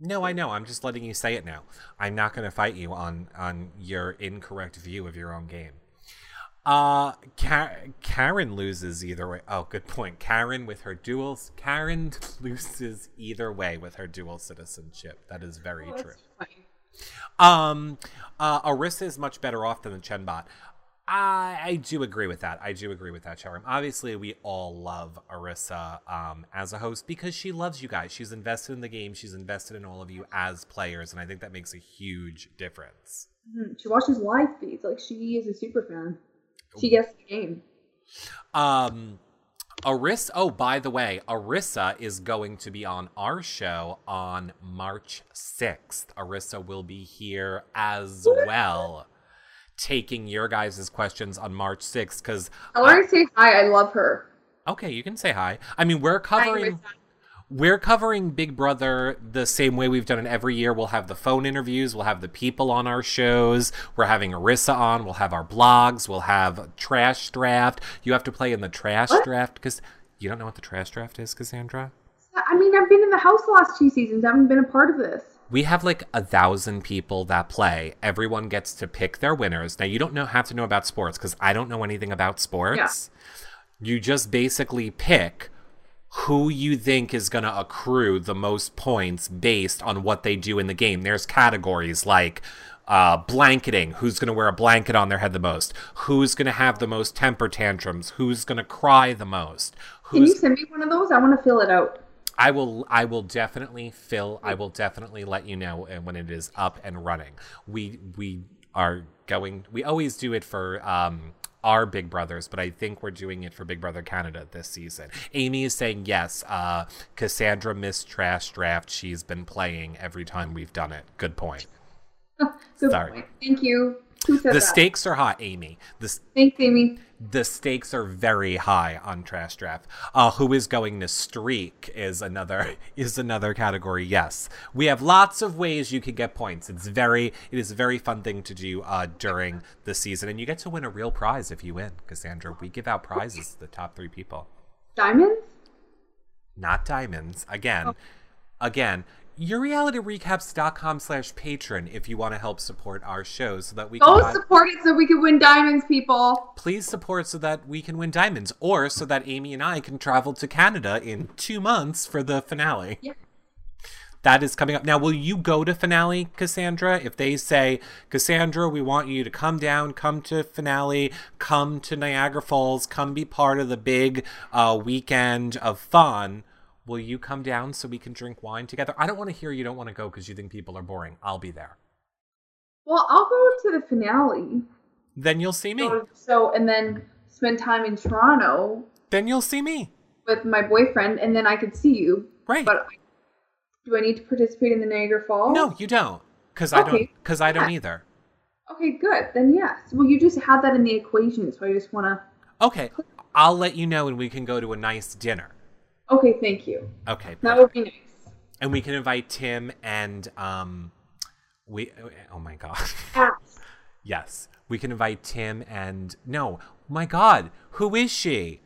S2: no, I know. I'm just letting you say it now. I'm not going to fight you on, on your incorrect view of your own game. Uh, Ka- Karen loses either way. Oh, good point. Karen with her dual. Karen loses either way with her dual citizenship. That is very
S3: Oh, that's
S2: true.
S3: funny.
S2: Um, uh, Arissa is much better off than the Chenbot. I, I do agree with that. I do agree with that, Charim. Obviously, we all love Arissa um, as a host because she loves you guys. She's invested in the game. She's invested in all of you as players, and I think that makes a huge difference.
S3: Mhm. She watches live feeds. Like she is a super fan.
S2: Oh.
S3: She gets the game.
S2: Um, Arissa. Oh, by the way, Arissa is going to be on our show on March sixth. Arissa will be here as well, taking your guys' questions on March sixth. Because
S3: I want to say hi. I love her.
S2: okay, you can say hi. I mean, we're
S3: Hi,
S2: covering.
S3: Arissa.
S2: We're covering Big Brother the same way we've done it every year. We'll have the phone interviews, we'll have the people on our shows, we're having Arissa on, we'll have our blogs, we'll have Trash Draft. You have to play in the Trash
S3: What?
S2: Draft because you don't know what the Trash Draft is, Cassandra?
S3: I mean, I've been in the house the last two seasons. I haven't been a part of this.
S2: We have like a thousand people that play. Everyone gets to pick their winners. Now you don't know have to know about sports because I don't know anything about sports. You just basically pick who you think is going to accrue the most points based on what they do in the game. There's categories like uh, blanketing, who's going to wear a blanket on their head the most, who's going to have the most temper tantrums, who's going to cry the most,
S3: Can
S2: who's
S3: you send me one of those? I want to fill it out.
S2: I will I will definitely fill I will definitely let you know uh, when it is up and running. We we are going we always do it for um our Big Brothers, but I think we're doing it for Big Brother Canada this season. Amy is saying yes, uh Cassandra missed trash draft. She's been playing every time we've done it. Good point.
S3: Good
S2: Sorry.
S3: point. Thank you. Who
S2: The
S3: said that?
S2: stakes are hot, Amy. The s-
S3: Thanks, Amy.
S2: the stakes are very high on trash draft. Uh, who is going to streak is another is another category. Yes, we have lots of ways you can get points. It's very it is a very fun thing to do uh, during the season, and you get to win a real prize if you win, Cassandra. We give out prizes to the top three people,
S3: Diamonds?
S2: not diamonds. Again, again. YourRealityRecaps.com slash patron if you want to help support our shows so that we
S3: Go
S2: can buy-
S3: support it so we can win diamonds, people.
S2: please support so that we can win diamonds or so that Amy and I can travel to Canada in two months for the finale.
S3: Yeah.
S2: That is coming up. Now, will you go to finale, Cassandra? If they say, Cassandra, we want you to come down, come to finale, come to Niagara Falls, come be part of the big uh, weekend of fun, will you come down so we can drink wine together? I don't want to hear you don't want to go because you think people are boring. I'll be there.
S3: Well, I'll go to the finale.
S2: Then you'll see me.
S3: So, so- and then spend time in Toronto
S2: Then you'll see me.
S3: with my boyfriend, and then I could see you.
S2: Right.
S3: But I- do I need to participate in the Niagara Falls?
S2: No, you don't. Because I
S3: Okay.
S2: don't. Because I don't either.
S3: Okay, good. Then yes. Well, you just had that in the equation, so I just want to.
S2: Okay. I'll let you know and we can go to a nice dinner.
S3: Okay, thank you.
S2: Okay.
S3: That would be nice.
S2: And we can invite Tim and um we oh my god.
S3: Ass.
S2: yes. We can invite Tim and no, my god, who is she?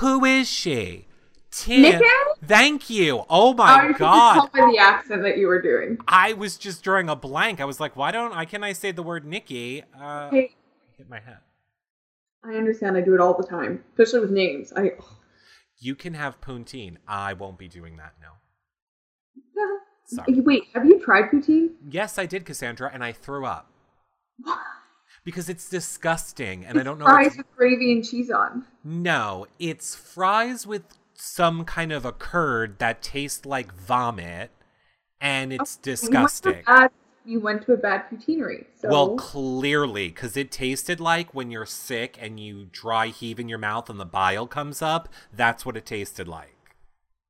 S2: Who is she? Tim.
S3: Nikki?
S2: Thank you. Oh
S3: I
S2: my
S3: could
S2: god.
S3: Just tell by the accent that you were doing.
S2: I was just drawing a blank. I was like, why don't I can I say the word Nikki? Uh
S3: Hey,
S2: hit my head.
S3: I understand. I do it all the time, especially with names. I
S2: You can have poutine. I won't be doing that, no.
S3: Hey,
S2: Sorry.
S3: wait. Have you tried poutine?
S2: Yes, I did, Cassandra, and I threw up. Because it's disgusting and I don't know if-
S3: Fries with gravy and cheese on.
S2: No, it's fries with some kind of a curd that tastes like vomit and it's
S3: Oh, You
S2: disgusting.
S3: went to a bad, you went to a bad poutineery. So
S2: Well, clearly, because it tasted like when you're sick and you dry heave in your mouth and the bile comes up. That's what it tasted like.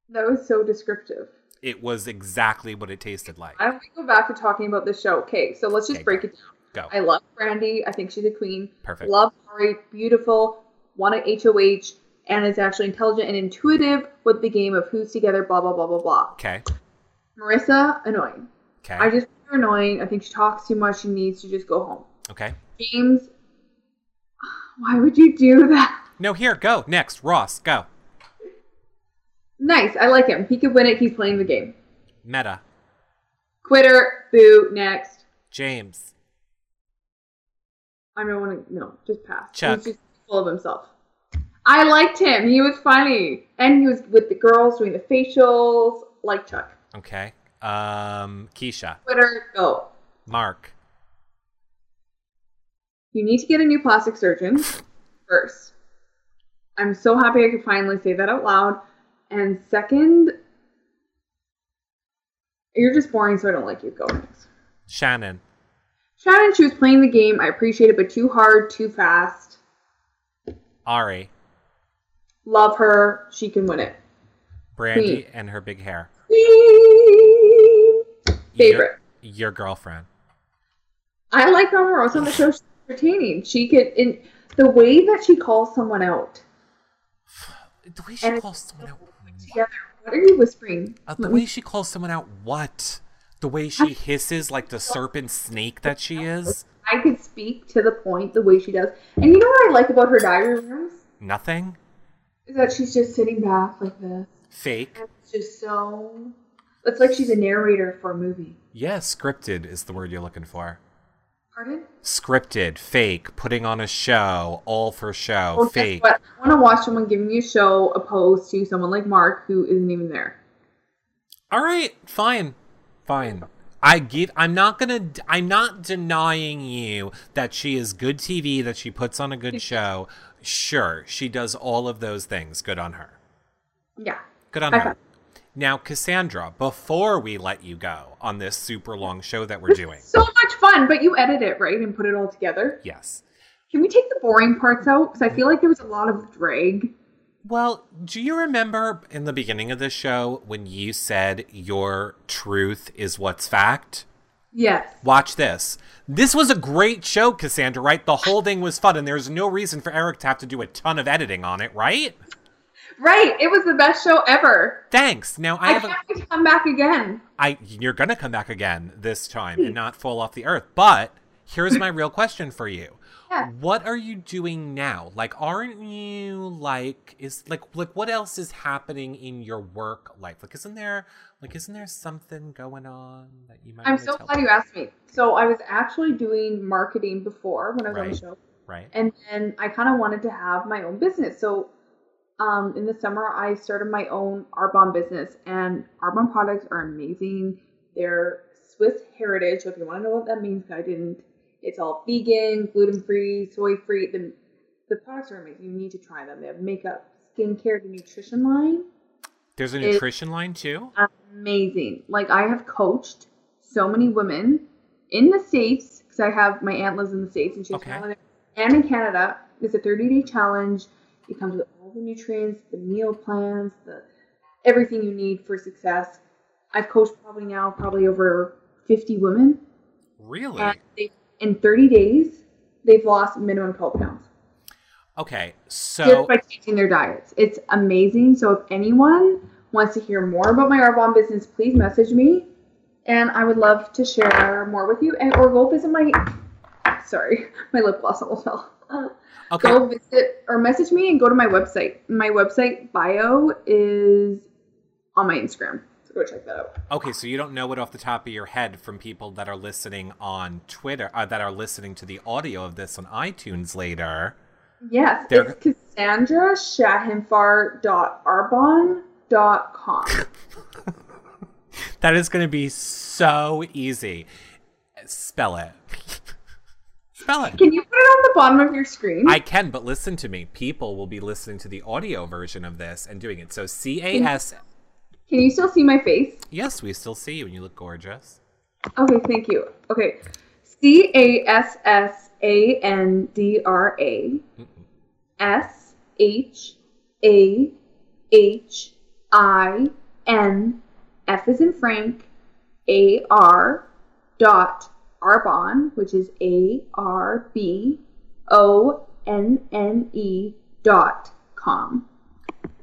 S3: that was so descriptive.
S2: It was exactly what it tasted like.
S3: I want to go back to talking about the show. Okay, so let's just
S2: Okay,
S3: break
S2: go.
S3: it down.
S2: Go.
S3: I love Brandy. I think she's a queen.
S2: Perfect.
S3: Love Ari. Beautiful. Won a HOH and is actually intelligent and intuitive with the game of who's together, blah, blah, blah, blah, blah.
S2: Okay.
S3: Marissa, annoying.
S2: Okay.
S3: I just find her annoying. I think she talks too much. She needs to just go home.
S2: okay.
S3: James, why would you do that?
S2: No, here, go. Next. Ross, go.
S3: Nice. I like him. He could win it. He's playing the game.
S2: Meta.
S3: Quitter. Boo. Next.
S2: James.
S3: I don't want to. No, just pass.
S2: Chuck.
S3: He's just full of himself. I liked him. He was funny, and he was with the girls doing the facials, like Chuck.
S2: Okay. Um, Keisha.
S3: Twitter, go.
S2: Mark.
S3: You need to get a new plastic surgeon first. I'm so happy I could finally say that out loud. And second, you're just boring, so I don't like you. Go next.
S2: Shannon.
S3: Shannon, she was playing the game. I appreciate it, but too hard, too fast.
S2: Ari.
S3: Love her. She can win it.
S2: Brandy and her big hair.
S3: Favorite.
S2: Your, your girlfriend.
S3: I like Omarosa on the show. She's entertaining. She could, in the way that she calls someone out
S2: The way she
S3: And-
S2: calls someone out.
S3: together. What are you whispering?
S2: Uh, the way she calls someone out. What? The way she hisses like the serpent snake that she is.
S3: I could speak to the point the way she does. And you know what I like about her diary rooms?
S2: Nothing.
S3: Is that she's just sitting back like this.
S2: Fake.
S3: And It's just so. It's like she's a narrator for a movie.
S2: Yeah, scripted is the word you're looking for.
S3: Pardon?
S2: Scripted, fake, putting on a show, all for show,
S3: Well, guess
S2: fake.
S3: what? I want to watch someone giving you a show opposed to someone like Mark who isn't even there.
S2: All right, fine, fine. I give. I'm not gonna. I'm not denying you that she is good TV. That she puts on a good show. Sure, she does all of those things. Good on her.
S3: Yeah.
S2: Good on
S3: High
S2: her.
S3: five.
S2: Now, Cassandra, before we let you go on this super long show that we're doing,
S3: So much fun, but you edit it, right? And put it all together.
S2: yes.
S3: Can we take the boring parts out? Because I feel like there was a lot of drag.
S2: Well, do you remember in the beginning of the show when you said your truth is what's fact?
S3: Yes.
S2: Watch this. This was a great show, Cassandra, right? The whole thing was fun, and there's no reason for Eric to have to do a ton of editing on it, right?
S3: Right. It was the best show ever.
S2: Thanks. Now I
S3: I,
S2: have a
S3: can't wait to come back again.
S2: I you're gonna come back again this time
S3: Hmm.
S2: and not fall off the earth. But here's my real question for you.
S3: Yeah.
S2: What are you doing now? Like aren't you like is like like what else is happening in your work life? Like isn't there like isn't there something going on that you might
S3: I'm
S2: wanna
S3: so
S2: tell
S3: glad
S2: me?
S3: you asked me. So I was actually doing marketing before when I was on the
S2: Right.
S3: show,
S2: right?
S3: and then I kind of wanted to have my own business. So um, in the summer, I started my own Arbonne business, and Arbonne products are amazing. They're Swiss heritage. So if you want to know what that means, I didn't. It's all vegan, gluten free, soy free. The the products are amazing. You need to try them. They have makeup, skincare, the nutrition line
S2: There's a
S3: it-
S2: nutrition line too?
S3: amazing. Like I have coached so many women in the states because I have my aunt lives in the states and she's
S2: Okay.
S3: from there, and in Canada. It's a 30 day challenge. It comes with all the nutrients, the meal plans, the everything you need for success. I've coached probably now probably over 50 women,
S2: Really?
S3: Uh, and they, in 30 days they've lost minimum 12 pounds.
S2: Okay,
S3: just
S2: so
S3: by changing their diets. It's amazing. So if anyone wants to hear more about my Arbonne business, please message me, and I would love to share more with you. And or go visit my sorry, my lip gloss almost fell.
S2: Oh. okay,
S3: Go visit or message me and go to my website. My website bio is on my Instagram. So go check that out.
S2: okay. So you don't know it off the top of your head from people that are listening on Twitter, uh, that are listening to the audio of this on iTunes later.
S3: Yes,
S2: There-
S3: it's Cassandra Shahinfar.arbon.com.
S2: That is going to be so easy. Spell it. Spell it.
S3: Can you put it on the bottom of your screen?
S2: I can, but listen to me. People will be listening to the audio version of this and doing it. So C A S.
S3: Can you still see my face?
S2: Yes, we still see you, and you look gorgeous.
S3: Okay, thank you. Okay. C A S S A N D R A S H A H I N F is in Frank A R dot Arbon, which is A R B O N N E dot com.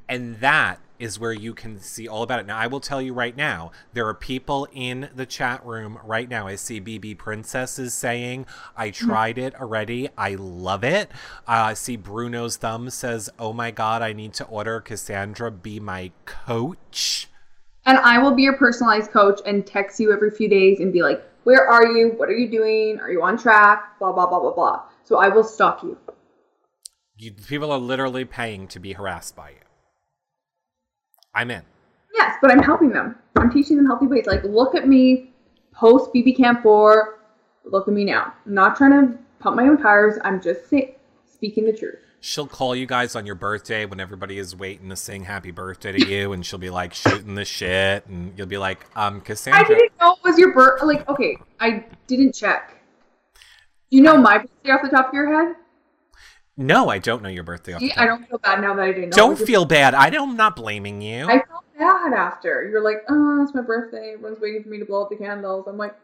S2: And that is where you can see all about it. Now, I will tell you right now, there are people in the chat room right now. I see BB Princess is saying, I tried it already. I love it. Uh, I see Bruno's thumb says, Oh my God, I need to order Cassandra be my coach.
S3: And I will be your personalized coach and text you every few days and be like, where are you? What are you doing? Are you on track? Blah, blah, blah, blah, blah. So I will stalk you.
S2: You, people are literally paying to be harassed by you. I'm in.
S3: Yes, but I'm helping them. I'm teaching them healthy ways. Like, look at me post BB Camp 4. Look at me now. I'm not trying to pump my own tires. I'm just say- speaking the truth.
S2: She'll call you guys on your birthday when everybody is waiting to sing happy birthday to you, and she'll be like shooting the shit, and you'll be like, um,
S3: I
S2: Cassandra.
S3: didn't know it was your birth. Like, okay, I didn't check. Do you know my birthday off the top of your head?
S2: No, I don't know your birthday off the
S3: See,
S2: top.
S3: I don't feel bad now that I didn't know. it
S2: Don't
S3: was your-
S2: feel bad. I don't, I'm not blaming you.
S3: I felt bad after. You're like, oh, it's my birthday. Everyone's waiting for me to blow out the candles. I'm like,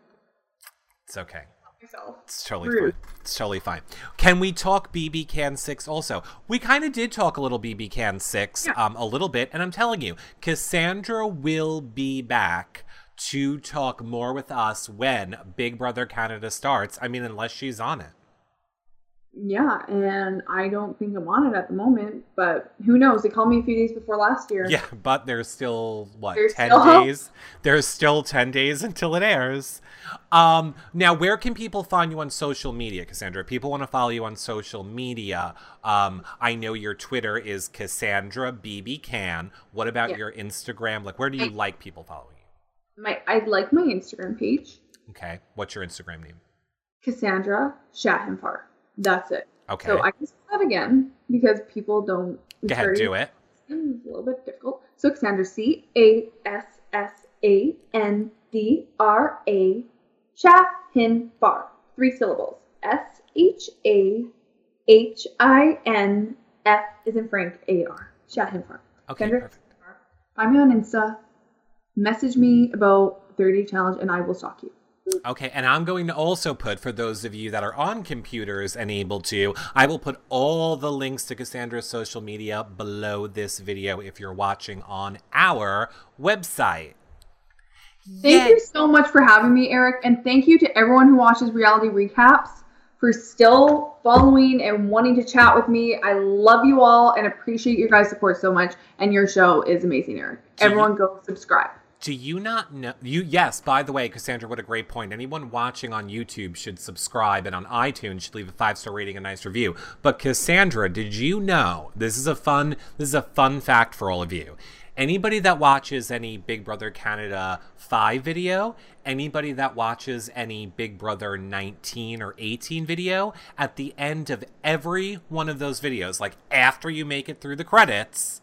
S2: it's okay.
S3: fuck myself.
S2: It's totally
S3: Rude.
S2: fine. It's totally fine. Can we talk BB Can 6 also? We kind of did talk a little BB Can 6
S3: Yeah.
S2: um, a little bit, and I'm telling you, Cassandra will be back to talk more with us when Big Brother Canada starts. I mean, unless she's on it.
S3: Yeah, and I don't think I'm on it at the moment, but who knows? They called me a few days before last year.
S2: Yeah, but there's still what
S3: There's
S2: ten
S3: still hope.
S2: days. There's still ten days until it airs. Um, now, where can people find you on social media, Cassandra? If people want to follow you on social media, um, I know your Twitter is Cassandra BB Can. What about
S3: Yeah.
S2: your Instagram? Like, where do you
S3: I-
S2: like people following you?
S3: My I like my Instagram page,
S2: Okay, what's your Instagram name?
S3: Cassandra Shahinfar. That's it.
S2: Okay,
S3: So I can say that again because people don't
S2: go ahead, do it.
S3: It's a little bit difficult. So Cassandra C A S S A N D R A Shahinfar. Three syllables. S H A H I N F is in Frank A R. Shahinfar.
S2: Okay,
S3: Kendra?
S2: perfect.
S3: Find me on Insta. Message me about 30 challenge and I will stalk you.
S2: Okay, and I'm going to also put for those of you that are on computers and able to, I will put all the links to Cassandra's social media below this video if you're watching on our website.
S3: Thank
S2: Yay.
S3: you so much for having me, Eric, and thank you to everyone who watches reality recaps for still following and wanting to chat with me. I love you all and appreciate your guys' support so much. And your show is amazing, Eric.
S2: Do you-
S3: Everyone go subscribe.
S2: Do you not know you yes, by the way, Cassandra, what a great point. Anyone watching on YouTube should subscribe and on iTunes should leave a five star rating and a nice review. But Cassandra, did you know this is a fun this is a fun fact for all of you. Anybody that watches any Big Brother Canada 5 video, anybody that watches any Big Brother 19 or 18 video, at the end of every one of those videos, like after you make it through the credits,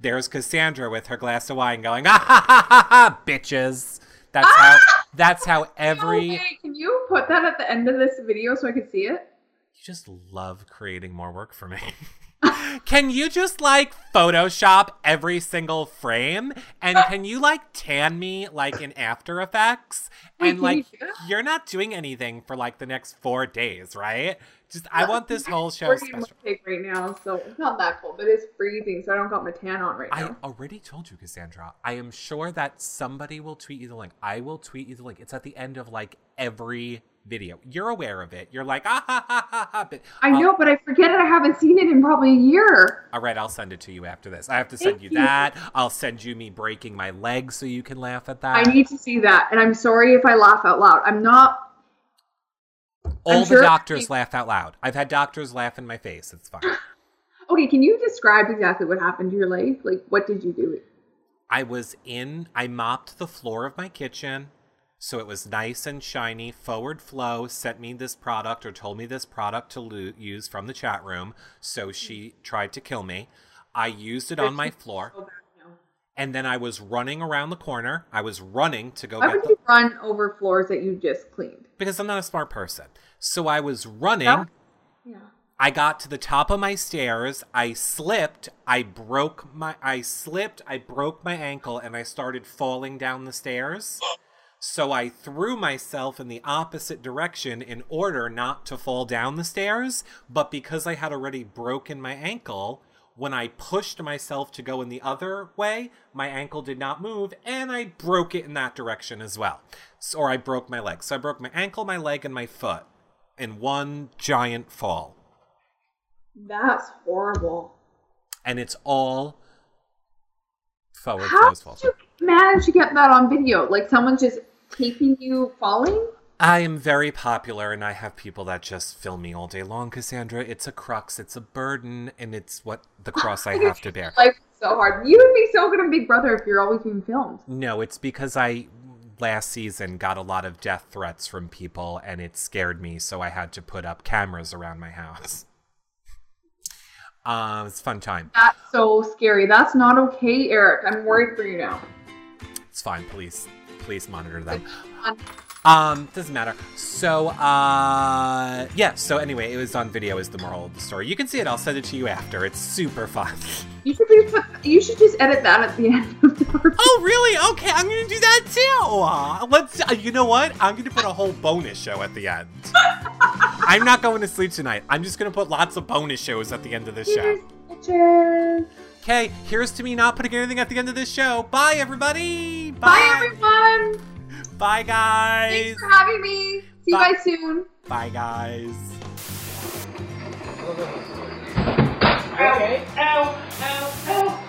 S2: there's Cassandra with her glass of wine going, ah ha ha ha ha, bitches. That's how that's how every
S3: Oh,
S2: you
S3: wait, can you put that at the end of this video so I can see it?
S2: just love creating more work for me. can you just like Photoshop every single frame? And can you like tan me like in After Effects?
S3: Wait,
S2: and
S3: can
S2: like
S3: you do that?
S2: you're not doing anything for like the next four days, right? Just I want this whole show
S3: We're getting
S2: special.
S3: Winnipeg right now, so it's not that cold, but it's freezing, so I don't got my tan on right
S2: I
S3: now.
S2: already told you, Cassandra. I am sure that somebody will tweet you the link. I will tweet you the link. It's at the end of like every video. You're aware of it. You're like, ah ha ha ha ha. But
S3: I, know, but I forget it. I haven't seen it in probably a year.
S2: all right, I'll send it to you after this. I have to send
S3: Thank
S2: you
S3: you.
S2: that. I'll send you me breaking my leg so you can laugh at that.
S3: I need to see that, and I'm sorry if I laugh out loud. I'm not.
S2: All
S3: I'm
S2: the
S3: sure-
S2: doctors laugh out loud. I've had doctors laugh in my face. It's fine.
S3: Okay, can you describe exactly what happened to your leg? Like, what did you do?
S2: I was in, I mopped the floor of my kitchen. So it was nice and shiny. Forward Flow sent me this product or told me this product to lo- use from the chat room. So she tried to kill me. I used it on my floor.
S3: Go back now.
S2: And then I was running around the corner. I was running to go
S3: Why
S2: get
S3: would
S2: the.
S3: you run over floors that you just cleaned?
S2: Because I'm not a smart person. So I was running.
S3: Yeah. Yeah.
S2: I got to the top of my stairs. I slipped. I broke my. I slipped. I broke my ankle, and I started falling down the stairs. So I threw myself in the opposite direction in order not to fall down the stairs. But because I had already broken my ankle, when I pushed myself to go in the other way, my ankle did not move, and I broke it in that direction as well. So, or I broke my leg. So I broke my ankle, my leg, and my foot in one giant fall
S3: That's horrible.
S2: and it's all forward
S3: How
S2: flow's
S3: did
S2: fault.
S3: you manage to get that on video? Like someone's just taping you falling?
S2: I am very popular, and I have people that just film me all day long, Cassandra. It's a crux, it's a burden, and it's what the cross I have to bear.
S3: Like so hard. You would be so good on Big Brother if you're always being filmed.
S2: No, it's because I last season got a lot of death threats from people, and it scared me, so I had to put up cameras around my house. Um, it's a fun time.
S3: That's so scary. That's not okay, Eric. I'm worried for you now.
S2: It's fine. Please, please monitor them.
S3: Um,
S2: Um, doesn't matter. So, uh, yeah. So anyway, it was on video. Is the moral of the story? You can see it. I'll send it to you after. It's super fun.
S3: You should be put, you should just edit that at the end of the
S2: oh, really? Okay, I'm gonna do that too. Uh, let's. Uh, you know what? I'm gonna put a whole bonus show at the end. I'm not going to sleep tonight. I'm just gonna put lots of bonus shows at the end of this show.
S3: Bitches.
S2: Okay, here's to me not putting anything at the end of this show. Bye, everybody.
S3: Bye everyone.
S2: Bye, guys.
S3: Thanks for having me. See
S2: Bye.
S3: you guys soon.
S2: Bye, guys.
S5: Ow, ow, ow, ow.